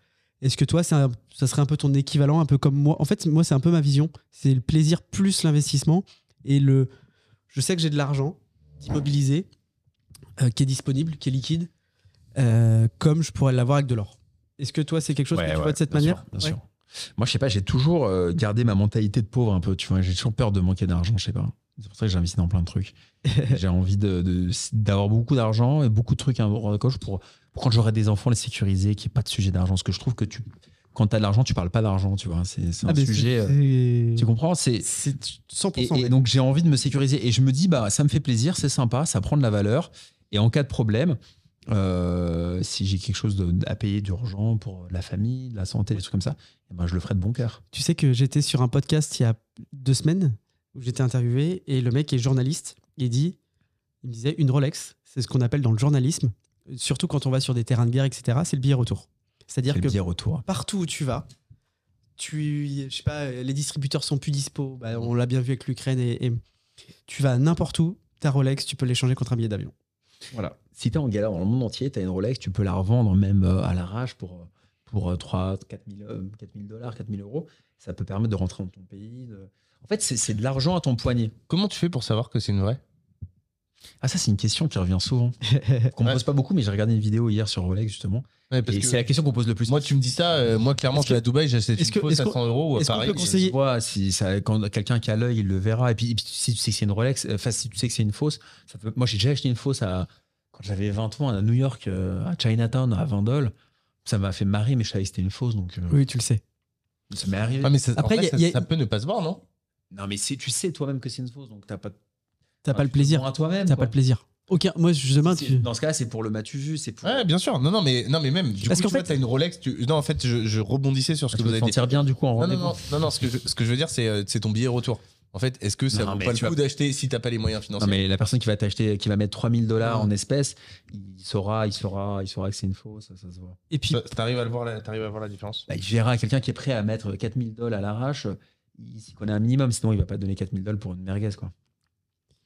D: Est-ce que toi, c'est un- ça serait un peu ton équivalent, un peu comme moi En fait, moi, c'est un peu ma vision. C'est le plaisir plus l'investissement. Et le. Je sais que j'ai de l'argent immobilisé, euh, qui est disponible, qui est liquide, euh, comme je pourrais l'avoir avec de l'or. Est-ce que toi, c'est quelque chose
C: Ouais,
D: que tu
C: ouais,
D: vois de cette
C: bien
D: manière
C: sûr, bien
D: Ouais.
C: sûr. Moi, je sais pas, j'ai toujours euh, gardé ma mentalité de pauvre un peu, tu vois. J'ai toujours peur de manquer d'argent, je sais pas. C'est pour ça que j'investis dans plein de trucs. j'ai envie de- de- d'avoir beaucoup d'argent et beaucoup de trucs à la coche pour, pour quand j'aurai des enfants, les sécuriser, qu'il n'y ait pas de sujet d'argent. Parce que je trouve que tu, quand tu as de l'argent, tu parles pas d'argent, tu vois. C'est c'est un
D: Ah, mais
C: sujet. euh,
D: c'est-
C: Tu comprends C'est
D: C'est 100%.
C: Et, et
D: vrai.
C: donc j'ai envie de me sécuriser et je me dis bah ça me fait plaisir, c'est sympa, ça prend de la valeur et en cas de problème, euh, si j'ai quelque chose de- à payer d'urgent pour la famille, la santé, des trucs comme ça, eh ben, je le ferai de bon cœur.
D: Tu sais que j'étais sur un podcast il y a deux semaines où j'étais interviewé et le mec est journaliste. Il dit, il me disait une Rolex, c'est ce qu'on appelle dans le journalisme, surtout quand on va sur des terrains de guerre, etc. C'est le billet retour. C'est-à-dire
C: Quel
D: que
C: bien retour.
D: partout où tu vas, tu, je sais pas, les distributeurs sont plus dispo. Bah, on l'a bien vu avec l'Ukraine et, et tu vas n'importe où, ta Rolex, tu peux l'échanger contre un billet d'avion.
C: Voilà. Si t'es en galère dans le monde entier, t'as une Rolex, tu peux la revendre même euh, à l'arrache pour euh, pour euh, 3 4 000 euh, 4 000 dollars, 4 000 euros. Ça peut permettre de rentrer dans ton pays. de- En fait, c'est- c'est de l'argent à ton poignet.
B: Comment tu fais pour savoir que c'est une vraie
C: Ah ça, c'est une question qui revient souvent. Qu'on me
B: Ouais.
C: pose pas beaucoup, mais j'ai regardé une vidéo hier sur Rolex justement.
B: Ouais, parce
C: Et
B: que
C: c'est la question qu'on pose le plus.
B: Moi, tu me dis ça, euh, moi, clairement,
D: Est-ce
B: je suis à Dubaï, j'ai acheté
D: est-ce
B: une
D: que-
B: fausse
D: est-ce
B: à
D: qu'on-
B: 100 euros à
D: est-ce qu'on
B: Paris.
D: peut
B: mais-
D: conseiller-
C: Tu vois, si ça, quand quelqu'un qui a l'œil, il le verra. Et puis, et puis, si tu sais que c'est une Rolex, euh, enfin, si tu sais que c'est une fausse, ça peut- moi j'ai déjà acheté une fausse à, quand j'avais 20 ans à New York, euh, à Chinatown, à Vendôle. Ça m'a fait marrer, mais je savais que c'était une fausse, donc euh,
D: Oui, tu le sais.
C: ça m'est arrivé.
B: Ah, mais ça, en
D: Après,
B: vrai,
D: y a-
B: ça-
D: y a-
B: ça peut ne pas se voir, non
C: Non, mais si tu sais toi-même que c'est une fausse, donc t'as pas, Ah,
D: T'as pas le plaisir.
C: à toi-même.
D: T'as
C: quoi.
D: pas le plaisir. aucun. Moi, justement,
C: C'est-
D: tu-
C: Dans ce cas-là, c'est pour le m'as-tu vu, c'est pour.
B: Ouais, bien sûr. Non, non, mais, non, mais même, du
D: Parce
B: coup,
D: qu'en
B: tu vois,
D: fait-
B: t'as une Rolex. tu- Non, en fait, je, je rebondissais sur ce
C: Tu
B: que
C: peux
B: vous
C: te
B: avez dit.
C: sentir bien du coup
B: Non,
C: en
B: non,
C: rendez-vous.
B: non, non, non, ce que je, ce que je veux dire, c'est euh, c'est ton billet retour. En fait, est-ce que ça
C: Non,
B: vaut
C: mais
B: pas le
C: tu
B: coup
C: vas-
B: d'acheter si t'as pas les moyens financiers
C: Non, mais la personne qui va t'acheter, qui va mettre 3000 dollars
D: Ouais.
C: en espèces, il saura, il saura, il saura que c'est une fausse, ça, ça se voit.
D: Et puis,
B: Ça- T'arrives à, le voir la- t'arrives à voir la différence
C: Bah, il verra quelqu'un qui est prêt à mettre 4000 dollars à l'arrache, il s'y connaît un minimum, sinon il va pas donner 4000 dollars pour une merguez, quoi.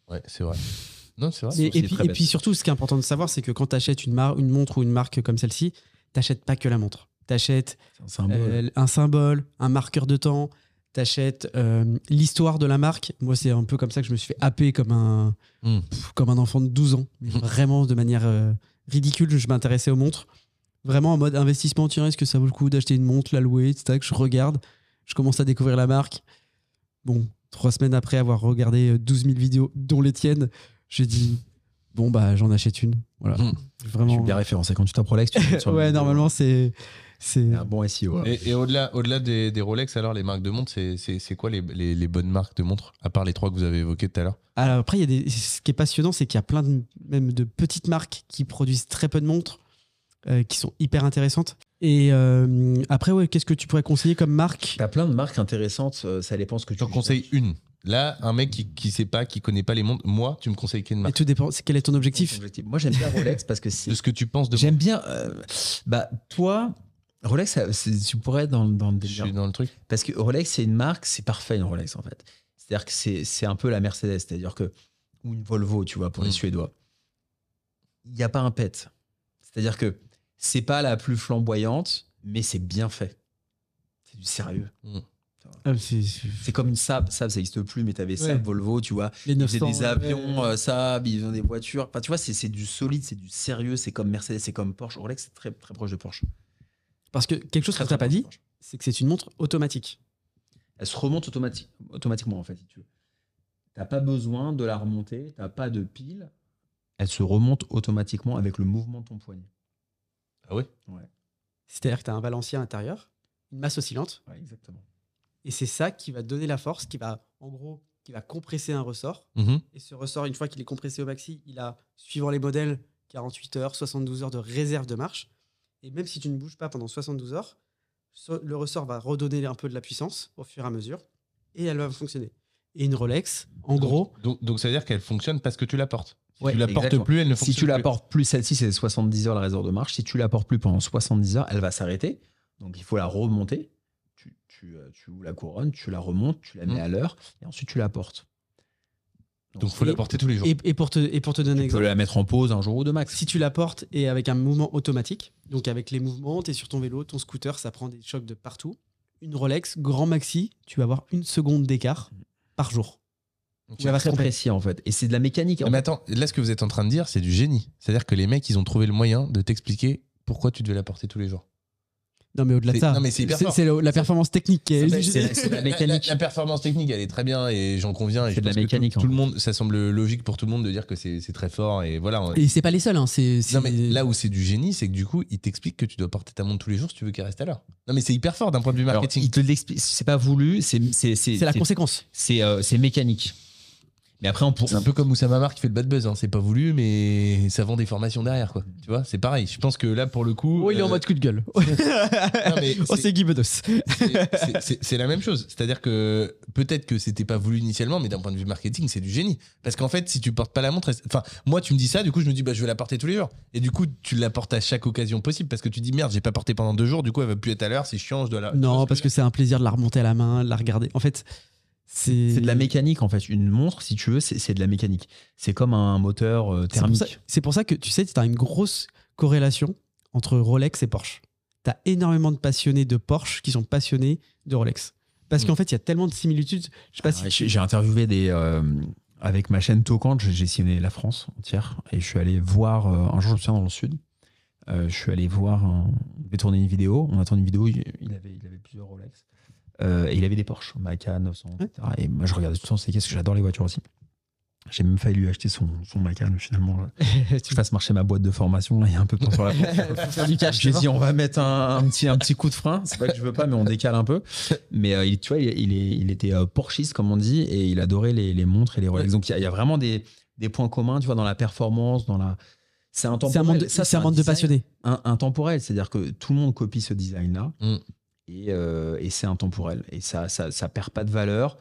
B: Ouais, c'est vrai. Non, c'est vrai.
D: et,
C: c'est
D: et puis,
C: très
D: et
C: bête.
D: puis surtout, ce qui est important de savoir, c'est que quand tu achètes une, mar- une montre ou une marque comme celle-ci, t'achètes pas que la montre. T'achètes
C: C'est un symbole.
D: Euh, un symbole, un marqueur de temps. T'achètes euh, l'histoire de la marque. Moi, c'est un peu comme ça que je me suis fait happer comme un,
C: Hmm.
B: Mm.
D: pff, comme un enfant de 12 ans. Mais Vraiment de manière euh, ridicule, je m'intéressais aux montres. Vraiment en mode investissement, tiens, est-ce que ça vaut le coup d'acheter une montre, la louer, etc. Je regarde, je commence à découvrir la marque. Bon, trois semaines après avoir regardé euh, 12 000 vidéos, dont les tiennes, j'ai dit, bon, bah j'en achète une. Voilà.
B: Mm.
C: Hmm. Je
D: Vraiment.
C: suis bien référencé. Quand tu tapes Rolex, tu tombes sur le
D: Ouais,
C: vidéo.
D: normalement, c'est. c'est-
C: C'est un bon E SEO.
B: Et, et au-delà au -delà des, des Rolex, alors, les marques de montres, c'est- c'est c'est quoi les, les- les bonnes marques de montres À part les trois que vous avez évoquées tout à l'heure.
D: Alors après, il y a des... ce qui est passionnant, c'est qu'il y a plein de... même de petites marques qui produisent très peu de montres, euh, qui sont hyper intéressantes. Et euh, après, ouais, qu'est-ce que tu pourrais conseiller comme marque
C: T'as plein de marques intéressantes, euh, ça dépend ce que tu
B: J'en conseille une. Là, un mec qui, qui sait pas, qui connaît pas les montres, moi, tu me conseilles quelle
D: Et
B: marque
D: tout dépend, c'est quel est ton
C: Objectif.
D: objectif
C: Moi, j'aime bien Rolex parce que c'est.
B: De ce que tu penses de
C: J'aime bien. euh, bah, toi, Rolex, ça- c'est- tu pourrais être dans, dans le
B: Je
C: délire.
B: suis dans le truc.
C: Parce que Rolex, c'est une marque, c'est parfait une Rolex en fait. C'est-à-dire que c'est c'est un peu la Mercedes, c'est-à-dire que. Ou une Volvo, tu vois, pour les
B: Mm.
C: Suédois. Il n'y a pas un pet. C'est-à-dire que c'est pas la plus flamboyante, mais c'est bien fait. C'est du sérieux.
B: Mm.
D: Ah, c'est- c'est-
C: C'est comme une Saab. Saab, ça n'existe plus, mais tu avais Saab,
D: Ouais.
C: Volvo, tu vois.
D: Les
C: Ils faisaient
D: 900.
C: des avions,
D: ouais.
C: euh, Saab, ils ont des voitures. Enfin, tu vois, c'est c'est du solide, c'est du sérieux. C'est comme Mercedes, c'est comme Porsche. Rolex, c'est très, très proche de Porsche.
D: Parce que quelque chose
C: Très,
D: que tu
C: très
D: n'as pas
C: proche de
D: dit,
C: Porsche.
D: c'est que c'est une montre automatique.
C: Elle se remonte automati- automatiquement, en fait, si tu veux. T'as pas besoin de la remonter, t'as pas de pile. Elle se remonte automatiquement avec le mouvement de ton poignet.
B: Ah ouais
D: C'est-à-dire que tu as un balancier intérieur, une masse oscillante,
C: Ouais, exactement.
D: et c'est ça qui va donner la force, qui va, en gros, qui va compresser un ressort.
B: Mhm.
D: Et ce ressort, une fois qu'il est compressé au maxi, il a, suivant les modèles, 48 heures, 72 heures de réserve de marche. Et même si tu ne bouges pas pendant 72 heures, so- le ressort va redonner un peu de la puissance au fur et à mesure, et elle va fonctionner. Et une Rolex, en
B: Donc-
D: gros,
B: Donc, donc ça veut dire qu'elle fonctionne parce que tu la portes. Si
C: Ouais,
B: tu la portes
C: exactement.
B: plus, elle ne
C: Si
B: fonctionne
C: tu la
B: plus.
C: portes plus, celle-ci, c'est 70 heures la réserve de marche. Si tu la portes plus pendant 70 heures, elle va s'arrêter. Donc, il faut la remonter. Tu, tu, euh, tu ouvres la couronne, tu la remontes, tu la mets
B: Mhm.
C: à l'heure, et ensuite tu la portes.
B: Donc faut la
D: Et-
B: porter tous les jours.
D: et, et pour te, et pour te donner un
C: Tu peux
D: exemple,
C: la mettre en pause un jour ou deux max.
D: si tu la portes et avec un mouvement automatique, donc avec les mouvements, tu es sur ton vélo, ton scooter, ça prend des chocs de partout. Une Rolex, grand maxi, tu vas avoir une seconde d'écart par jour.
B: Ok.
D: Où elle va se
C: Très
D: tromper.
C: précis en fait. Et c'est de la mécanique. en
B: Mais
C: fait.
B: attends, là ce que vous êtes en train de dire, c'est du génie. C'est-à-dire que les mecs, ils ont trouvé le moyen de t'expliquer pourquoi tu devais la porter tous les jours.
D: Non, mais au-delà de
B: C'est-
D: ça,
B: non, mais c'est hyper fort.
D: c'est le- la performance technique qui est.
C: Ah, bah, c'est- c'est la mécanique.
B: La, performance technique, elle est très bien et j'en conviens. et
C: C'est
B: je
C: de la
B: pense que tout-
C: mécanique,
B: Tout,
C: en
B: le monde, ça semble logique pour tout le monde de dire que c'est c'est très fort et voilà. on-
D: Et c'est pas les seuls, hein, c'est. c'est-
B: Non mais là où c'est du génie, c'est que du coup, ils t'expliquent que tu dois porter ta montre tous les jours si tu veux qu'elle reste à l'heure. Non mais c'est hyper fort d'un point de vue
C: Alors,
B: marketing.
C: il te l'explique. C'est pas voulu. C'est c'est- c'est-
D: c'est la
C: c'est-
D: conséquence.
C: c'est, euh, c'est mécanique. Mais après, on pour...
B: C'est un peu comme Oussama Amar qui fait le bad buzz, hein. c'est pas voulu, mais ça vend des formations derrière, quoi. Tu vois, c'est pareil. Je pense que là, pour le coup.
D: Oh, il est en
B: euh,
D: mode coup de gueule.
B: non, mais
D: oh,
B: c'est-
D: c'est Guy Bedos.
B: c'est- c'est- c'est- c'est la même chose. C'est-à-dire que peut-être que c'était pas voulu initialement, mais d'un point de vue marketing, c'est du génie. Parce qu'en fait, si tu portes pas la montre, elle- enfin, moi, tu me dis ça, du coup, je me dis, bah, je vais la porter tous les jours. Et du coup, tu la portes à chaque occasion possible parce que tu dis, merde, j'ai pas porté pendant deux jours, du coup, elle va plus être à l'heure, c'est chiant, je dois la. tu vois
D: Non,
B: ce
D: parce
B: je veux
D: que c'est un plaisir de la remonter à la main, de la regarder. En fait, c'est.
C: C'est de la mécanique en fait. Une montre, si tu veux, c'est c'est de la mécanique. C'est comme un moteur euh,
D: C'est pour ça-
C: thermique.
D: C'est pour ça que tu sais, tu as une grosse corrélation entre Rolex et Porsche. Tu as énormément de passionnés de Porsche qui sont passionnés de Rolex. Parce
B: Mm.
D: qu'en fait, il y a tellement de similitudes. Je sais pas si.
C: Ah, j'ai- J'ai interviewé des. euh, avec ma chaîne Tocante, j'ai j'ai sillonné la France entière et je suis allé voir. euh, un jour, je me souviens dans le sud. euh, je suis allé voir. un- On devait tourner une vidéo. On a tourné une vidéo. Il il avait, il avait plusieurs Rolex. Euh, et il avait des Porsche, Macan 900, etc. Et moi, je regardais tout le temps ces caisses, parce que j'adore les voitures aussi. J'ai même failli lui acheter son, son Macan, finalement. je fasse marcher ma boîte de formation, là, il y a un peu de temps sur la
D: faire du cash,
C: J'ai
D: ça
C: dit, on va mettre un, un petit, un petit coup de frein. C'est pas que je veux pas, mais on décale un peu. Mais euh, il, tu vois, il, il est- il était euh, porchiste, comme on dit, et il adorait les, les montres et les Rolex. Donc il y, a- il y a vraiment des, des points communs, tu vois, dans la performance, dans la. C'est un
D: C'est un monde,
C: temporel.
D: de- c'est un monde de passionnés.
C: un- intemporel, c'est-à-dire que tout le monde copie ce design-là
B: Mm.
C: et, euh, et c'est intemporel et ça, ça ça perd pas de valeur.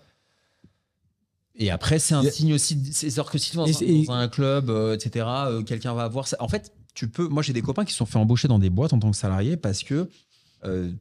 C: Et après, c'est un
B: Y a-
C: signe aussi. de- C'est-à-dire que si tu vas dans,
D: Et
C: un-
D: c'est-
C: dans un club, euh, etc., euh, quelqu'un va avoir ça. En fait, tu peux. Moi, j'ai des copains qui se sont fait embaucher dans des boîtes en tant que salarié parce que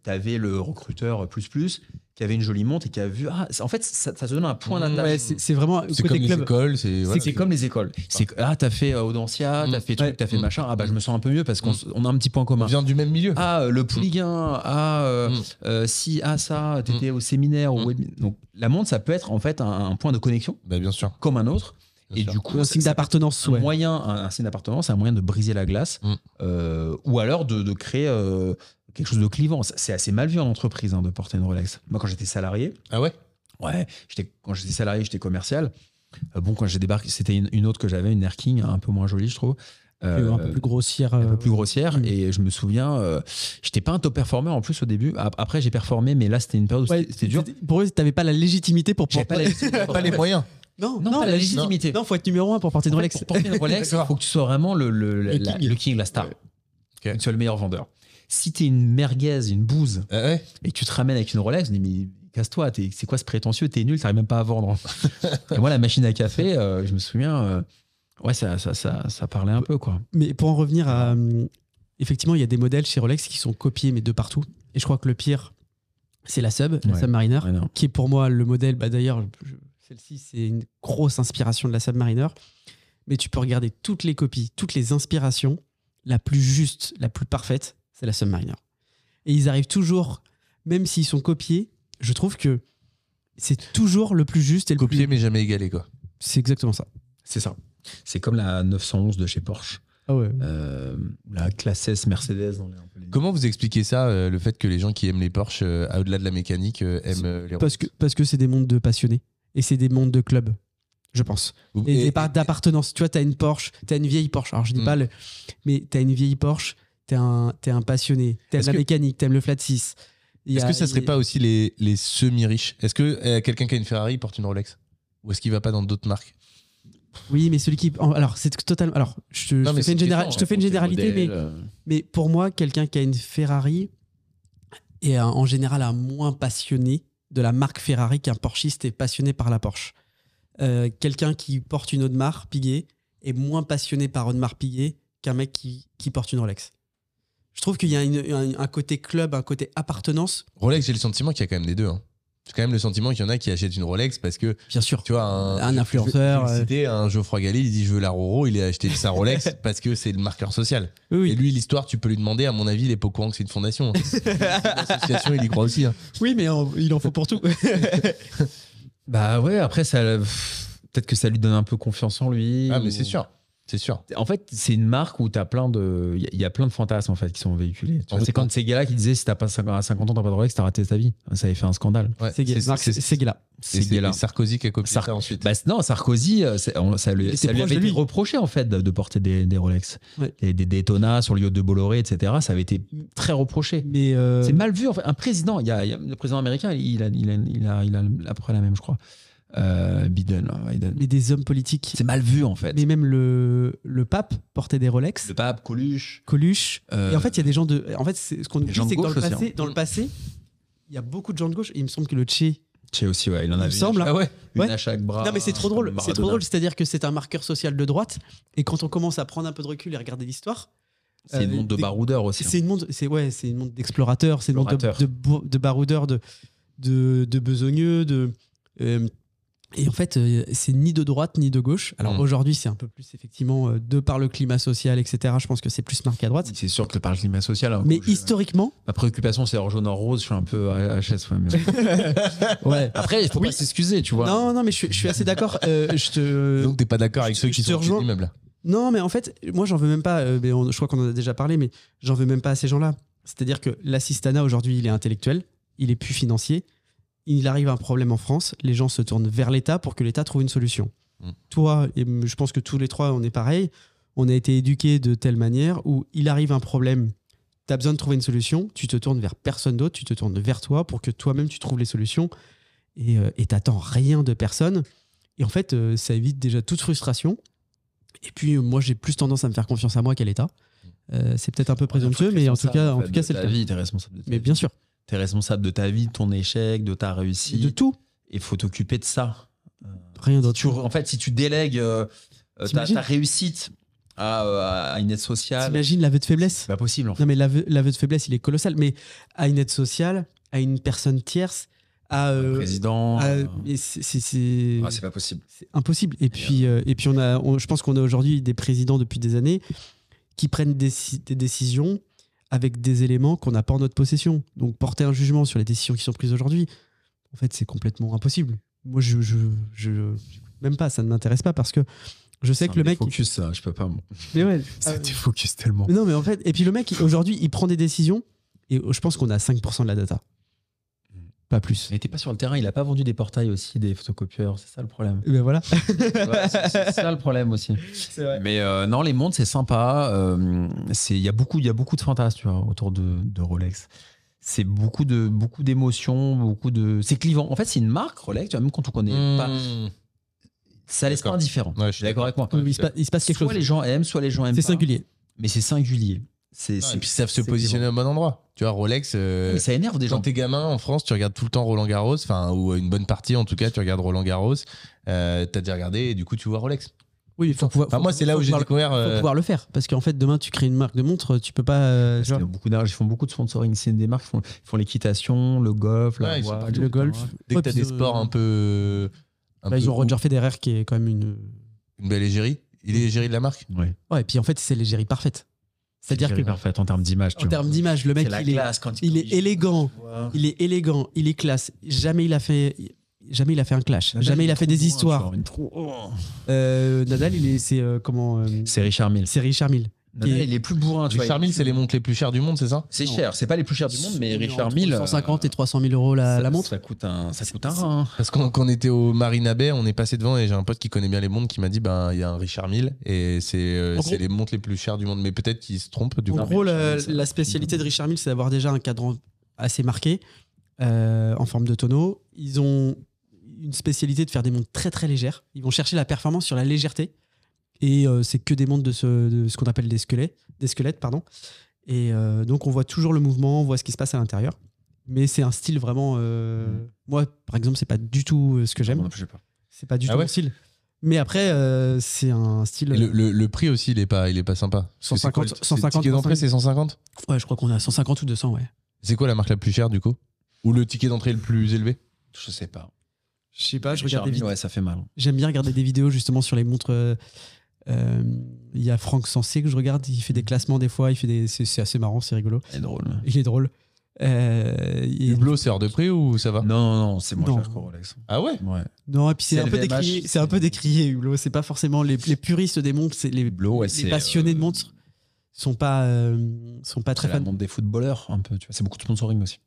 C: tu avais le recruteur plus plus qui avait une jolie montre et qui a vu. Ah, ça- en fait, ça, ça te donne un point d'attache.
D: Ouais, c'est c'est vraiment
B: C'est
D: côté
B: comme les
D: club.
B: écoles, c'est. voilà.
C: C'est comme les écoles. C'est que, ah, t'as fait euh, Audencia, t'as
B: Mm.
C: fait truc, t'as fait
B: Mm.
C: machin. Ah bah je me sens un peu mieux parce qu'on
B: Mm.
C: s- on a un petit point
B: On
C: commun.
B: vient du même milieu.
C: Ah, euh, le polygain, ah, euh,
B: Mm.
C: euh, si, ah, ça, t'étais au séminaire. au
B: Mm.
C: webinaire. Donc, la montre, ça peut être en fait un, un point de connexion,
B: Bah, bien sûr.
C: comme un autre.
B: bien
C: et
B: sûr.
C: du coup,
D: Un
C: c'est-
D: signe
C: c'est
D: d'appartenance,
C: un
D: ouais.
C: moyen, un, un signe d'appartenance, un moyen de briser la glace,
B: Mm.
C: euh, ou alors de, de créer euh, quelque chose de clivant. C'est- C'est assez mal vu en entreprise hein, de porter une Rolex. Moi, quand j'étais salarié,
B: Ah ouais
C: Ouais, j'étais- quand j'étais salarié, j'étais commercial. Euh, bon, quand j'ai débarqué, c'était une, une autre que j'avais, une Air King, hein, un peu moins jolie, je trouve.
D: Plus-
C: Euh,
D: un peu plus grossière.
C: un
D: euh,
C: peu plus grossière.
D: Mm.
C: Et je me souviens, euh, j'étais pas un top performer en plus au début. Ap- Après, j'ai performé, mais là, c'était une période où
D: ouais,
C: c'était- c'était dur.
D: Pour eux, t'avais pas la légitimité pour
C: J'avais pas la légitimité.
B: Pas les moyens.
D: Non,
C: Non, pas la légitimité.
D: Non, faut être numéro un pour porter une
C: En fait,
D: Rolex.
C: Pour porter une Rolex, il
B: D'accord.
C: faut que tu sois vraiment le, le, la-
D: Le
C: la- le
D: king.
C: king. la star.
B: Ouais. Ok.
C: Tu sois le meilleur vendeur. Si t'es une merguez, une bouse,
B: Ah ouais
C: et que tu te ramènes avec une Rolex, je dis, mais casse-toi, t'es- c'est quoi ce prétentieux T'es nul, t'arrives même pas à vendre. et moi, la machine à café, euh, je me souviens, euh, ouais, ça, ça, ça, ça parlait un peu, quoi.
D: Mais pour en revenir à. euh, Effectivement, il y a des modèles chez Rolex qui sont copiés, mais de partout. Et je crois que le pire, c'est la Sub, la
C: Ouais.
D: Submariner,
C: Ouais, non.
D: qui est pour moi le modèle. Bah D'ailleurs, je- celle-ci, c'est une grosse inspiration de la Submariner. Mais tu peux regarder toutes les copies, toutes les inspirations. La plus juste, la plus parfaite, c'est la Submariner. Et ils arrivent toujours, même s'ils sont copiés, je trouve que c'est toujours le plus juste et le
B: Copier
D: plus.
B: mais jamais égalé quoi.
D: C'est exactement ça.
C: C'est ça. C'est comme la 911 de chez Porsche,
D: Ah ouais.
C: euh, la classe S Mercedes. dans les- un peu les-
B: Comment vous expliquez ça, euh, le fait que les gens qui aiment les Porsche, euh, au-delà de la mécanique, euh, aiment euh, les
D: Parce que parce que c'est des mondes de passionnés et c'est des mondes de clubs, je pense.
B: Rolex
D: Et, des parts d'appartenance. Tu vois, t'as une Porsche, t'as une vieille Porsche. Alors je dis
B: Mm.
D: pas le, mais t'as une vieille Porsche. T'es un t'es un passionné. T'aimes
B: Est-ce
D: la
B: que-
D: mécanique. T'aimes le flat 6. Il y
B: Est-ce
D: a-
B: que ça serait
D: il y a-
B: pas aussi les, les semi-riches Est-ce que euh, quelqu'un qui a une Ferrari porte une Rolex Ou est-ce qu'il va pas dans d'autres marques
D: Oui, mais celui qui. en- Alors c'est totalement. Alors je, te-
B: Non,
D: je te
B: mais c'est hein,
D: fais une,
B: une
D: généra-
B: question,
D: je te fais une généralité, mais mais pour moi, quelqu'un qui a une Ferrari est un- en général un moins passionné de la marque Ferrari qu'un Porschiste est passionné par la Porsche. Euh, quelqu'un qui porte une Audemars Piguet est moins passionné par Audemars Piguet qu'un mec qui, qui porte une Rolex. Je trouve qu'il y a une- un, un côté club, un côté appartenance.
B: Rolex, j'ai le sentiment qu'il y a quand même des deux. hein. J'ai quand même le sentiment qu'il y en a qui achètent une Rolex parce que,
D: Bien sûr.
B: tu vois, un,
D: Un Ah, influenceur, euh,
B: C'était un Geoffroy Gallet, il dit Je veux la Roro, il a acheté sa Rolex parce que c'est le marqueur social.
D: Oui,
B: Et
D: oui.
B: lui, l'histoire, tu peux lui demander, à mon avis, il est pas au courant que c'est une fondation. L'association, il y croit aussi. hein.
D: Oui, mais en- il en faut pour tout.
C: Bah ouais, après, ça, pff, peut-être que ça lui donne un peu confiance en lui.
B: Ah,
C: ou-
B: mais c'est sûr. C'est sûr.
C: En fait, c'est une marque où t'as plein de, il y a- il y, a plein de fantasmes en fait qui sont véhiculés. Tu
B: En
C: vois,
B: fait,
C: C'est quand ces gars-là qui disaient si t'as pas 50 à 50 ans t'as pas de Rolex, t'as raté ta vie. Ça avait fait un scandale.
B: Ouais,
D: C'est gay. Marc,
B: c'est-
D: c'est gay là.
B: c'est-
C: Ces
B: c'est
C: gars-là.
B: Sarkozy qui a copié
C: Sar-
B: ça ensuite.
C: Bah, non, Sarkozy, euh, c'est- on- ça
D: Il
C: lui,
D: était
C: ça lui
D: proche
C: avait
D: de
C: été
D: lui.
C: reproché en fait de, de porter des, des Rolex,
D: Ouais.
C: des, des Daytona sur le yacht de Bolloré, etc. Ça avait été très reproché.
D: Mais euh,
C: C'est mal vu. En fait. Un président, il y a, il y a- le président américain, il a, il a, il a, il a après la même, je crois. Euh, Biden, là, Biden.
D: mais des hommes politiques.
C: C'est mal vu en fait.
D: Mais même le, le pape portait des Rolex.
C: Le pape, Coluche.
D: Coluche.
C: euh,
D: Et en fait, il y a des gens de. En fait, c'est- ce qu'on
C: des
D: oublie,
C: gens de
D: c'est que dans
C: gauche
D: le,
C: aussi,
D: passé,
C: hein.
D: dans le passé, il y a beaucoup de gens de gauche. Et il me semble que le Che.
C: Che aussi, ouais, il en
D: Il
C: a
D: me semble.
B: Ah ouais
C: Une
D: Ouais.
C: à chaque bras.
D: non, mais c'est trop drôle.
C: comme
D: C'est trop
C: Maradona.
D: drôle. C'est-à-dire que c'est un marqueur social de droite. Et quand on commence à prendre un peu de recul et regarder l'histoire.
C: C'est une
D: euh,
C: monde de
D: des-
C: baroudeur aussi. hein.
D: C'est une monde. C'est ouais. C'est une monde d'explorateurs. C'est une monde de,
C: Explorateurs.
D: de, bo- de baroudeurs, de, de, de besogneux, de. euh, et en fait, euh, c'est ni de droite ni de gauche. Alors
B: Mm.
D: aujourd'hui, c'est un peu plus effectivement euh, de par le climat social, etc. Je pense que c'est plus marqué à droite.
C: C'est sûr que par le climat social. hein,
D: Mais
C: je-
D: historiquement,
C: Ma préoccupation, c'est hors jaune, hors rose. Je suis un peu à- à HS. ouais, mais-
D: ouais.
C: Après, il faut
D: Oui.
C: pas s'excuser, tu vois.
D: Non, non, mais je, suis- je suis assez d'accord. Euh, je te.
B: Donc t'es pas d'accord avec
D: je-
B: ceux qui
D: je te
B: sont
D: rejoins.
B: sur l'immeuble
D: Non, mais en fait, moi, j'en veux même pas. euh, mais on- je crois qu'on en a déjà parlé, mais j'en veux même pas à ces gens-là. C'est-à-dire que l'assistana, aujourd'hui, il est intellectuel, il est plus financier. Il arrive un problème en France, les gens se tournent vers l'État pour que l'État trouve une solution.
B: Mm.
D: Toi, et m- je pense que tous les trois, on est pareil. On a été éduqués de telle manière où il arrive un problème, tu as besoin de trouver une solution, tu te tournes vers personne d'autre, tu te tournes vers toi pour que toi-même tu trouves les solutions et euh, et t'attends rien de personne. Et en fait, euh, ça évite déjà toute frustration Et puis, euh, moi, j'ai plus tendance à me faire confiance à moi qu'à l'État. Euh, c'est peut-être un peu présomptueux, mais en tout cas, en tout cas, c'est le
C: ta
D: cas.
C: vie, t'es responsable de ta
D: Mais bien sûr,
C: T'es responsable de ta vie, de ton échec, de ta réussite.
D: de tout,
C: Et faut t'occuper de ça.
D: rien
C: Si
D: d'autre.
C: tu- en fait, si tu délègues euh, euh, ta,
D: T'imagines
C: ta réussite à, euh, à une aide sociale,
D: T'imagines l'aveu de faiblesse
C: c'est pas possible. En fait.
D: Non, mais l'aveu l'aveu de faiblesse, il est colossal. Mais à une aide sociale, à une personne tierce, à. euh,
C: Président.
D: à-
C: euh,
D: et c'est- c'est- c'est-
C: ah, c'est pas possible.
D: c'est impossible. Et puis, euh, et puis on a, on- je pense qu'on a aujourd'hui des présidents depuis des années qui prennent des, déci- des décisions avec des éléments qu'on n'a pas en notre possession. Donc porter un jugement sur les décisions qui sont prises aujourd'hui, en fait, c'est complètement impossible. Moi, je, je, je- même pas, ça ne m'intéresse pas parce que je sais que le mec.
C: Focus, ça, je peux pas. moi.
D: Mais ouais,
C: Ça
D: euh,
C: défocus tellement.
D: mais non, mais en fait, et puis le mec, il- aujourd'hui, il prend des décisions et je pense qu'on a 5% de la data.
B: Mm.
D: Pas plus.
C: Il était pas sur le terrain, il a pas vendu des portails aussi, des photocopieurs, c'est ça le problème.
D: Et ben voilà.
C: Ouais, c'est c'est ça le problème aussi. Mais euh, non, les mondes, c'est sympa. Euh, c'est- Il y, a beaucoup- il y a beaucoup de fantasmes tu vois, autour de, de Rolex. C'est beaucoup de beaucoup d'émotions, beaucoup de. C'est clivant. En fait, c'est une marque Rolex, tu vois, même quand on connaît pas.
B: Mmh.
C: Ça laisse pas
B: D'accord.
C: indifférent.
B: Ouais, je
C: je
B: suis
C: suis Hmm. d'accord avec moi.
D: il, se passe, il se passe quelque
C: Soit
D: chose.
C: les gens aiment, soit les gens aiment
D: C'est
C: pas.
D: singulier.
C: Mais c'est singulier. C'est.
B: Ah,
C: c'est-
B: et puis ils savent se
C: c'est
B: positionner au bon endroit. Tu vois, Rolex,
C: clivant.
B: euh,
C: Mais ça énerve des
B: quand
C: gens.
B: t'es gamin en France, tu regardes tout le temps Roland Garros, enfin, ou une bonne partie en tout cas, tu regardes Roland Garros, euh, t'as déjà regardé et du coup tu vois Rolex.
D: Oui, il faut pouvoir.
B: Enfin, moi, c'est là
D: faut
B: où j'ai
D: pouvoir le-
B: découvert.
D: faut
B: euh,
D: pouvoir le faire. Parce qu'en fait, demain, tu crées une marque de montre, tu peux pas. euh,
C: Parce qu'il y
D: genre,
C: a beaucoup d'argent, ils font beaucoup de sponsoring. C'est des marques qui font, ils font l'équitation, le golf, la
B: Ouais, ils sont
C: voile,
B: partout.
D: le
C: etc.
D: golf.
B: Dès que
D: Ouais,
B: t'as
D: puis
B: des
D: ils ont-
B: sports un peu. un
D: bah,
B: peu
D: ils ont Roger Federer qui est quand même une.
B: Une belle égérie. Il est égérie de la marque.
C: Ouais.
D: Ouais, et puis en fait, c'est l'égérie parfaite. C'est-à-dire que,
C: parfait en termes d'image.
D: en termes d'image, le mec, il est,
C: quand
D: il est élégant. il est élégant, il est classe. Jamais il a fait. Jamais il a fait un clash. jamais il a fait des histoires. Euh, Nadal, il est, c'est euh, comment euh,
C: C'est Richard Mills.
D: C'est Richard Mille.
C: Nadal, il est plus bourrin. Ah, tu vois,
B: Richard
C: il est
B: Mille, c'est
C: plus-
B: les montres les plus chères du monde, c'est ça
C: C'est cher. C'est pas les plus chers du monde, mais Richard Mille.
D: 150
C: euh,
D: et 300 000 euros la,
C: ça-
D: la montre.
C: Ça coûte un, ça coûte un rein.
B: Parce qu'on quand on était au Marina Bay, on est passé devant et j'ai un pote qui connaît bien les montres qui m'a dit ben il y a un Richard Mille et c'est euh,
D: En
B: c'est
D: gros-
B: les montres les plus chères du monde. Mais peut-être qu'il se trompe du
D: En
B: coup.
D: gros, la,
C: Richard Mille,
D: la spécialité de Richard Mille, c'est d'avoir déjà un cadran assez marqué euh, en forme de tonneau. Ils ont une spécialité de faire des montres très très légères. Ils vont chercher la performance sur la légèreté. Et euh, c'est que des montres de ce, de ce qu'on appelle des squelettes. Des squelettes pardon. Et euh, donc on voit toujours le mouvement, on voit ce qui se passe à l'intérieur. Mais c'est un style vraiment. euh,
C: Mhm.
D: Moi, par exemple, c'est pas du tout euh, ce que j'aime.
C: Non, je sais pas.
D: C'est pas du
B: Ah
D: tout
B: ouais
D: mon style. Mais après, euh, c'est un style. euh,
B: Et Le, le- le prix aussi, il est pas, il est pas sympa. Parce que c'est quoi,
D: 150,
B: le- c'est
D: 150,
B: Le ticket d'entrée,
D: 150.
B: c'est 150
D: Ouais, je crois qu'on a 150 ou 200, ouais.
B: C'est quoi la marque la plus chère du coup Ou le ticket d'entrée le plus élevé
C: Je sais pas.
D: Je sais pas, je
C: Richard
D: regarde des
C: Mille,
D: vidéos.
C: ouais, ça fait mal.
D: J'aime bien regarder des vidéos justement sur les montres. euh, euh, Il y a Franck Sensé que je regarde, il fait des classements des fois, il fait des. C'est c'est assez marrant, c'est rigolo.
C: C'est drôle.
D: Il est drôle. Euh, il-
B: Hublot, c'est hors de prix ou ça va
C: Non, non, non, c'est moins
D: Non.
C: cher que Rolex.
B: Ah ouais
C: Ouais.
D: Non, et puis c'est
C: C'est
D: un, peu
C: LVMH,
D: décrié- c'est un peu
C: c'est-
D: décrié, Hublot. C'est pas forcément les, les puristes des montres, c'est les,
C: Hublot, ouais,
D: les
C: c'est,
D: passionnés de
C: euh,
D: montres sont pas, euh, sont pas
C: C'est
D: très
C: la
D: fans.
C: montre des footballeurs, un peu. Tu vois, c'est beaucoup de sponsoring aussi.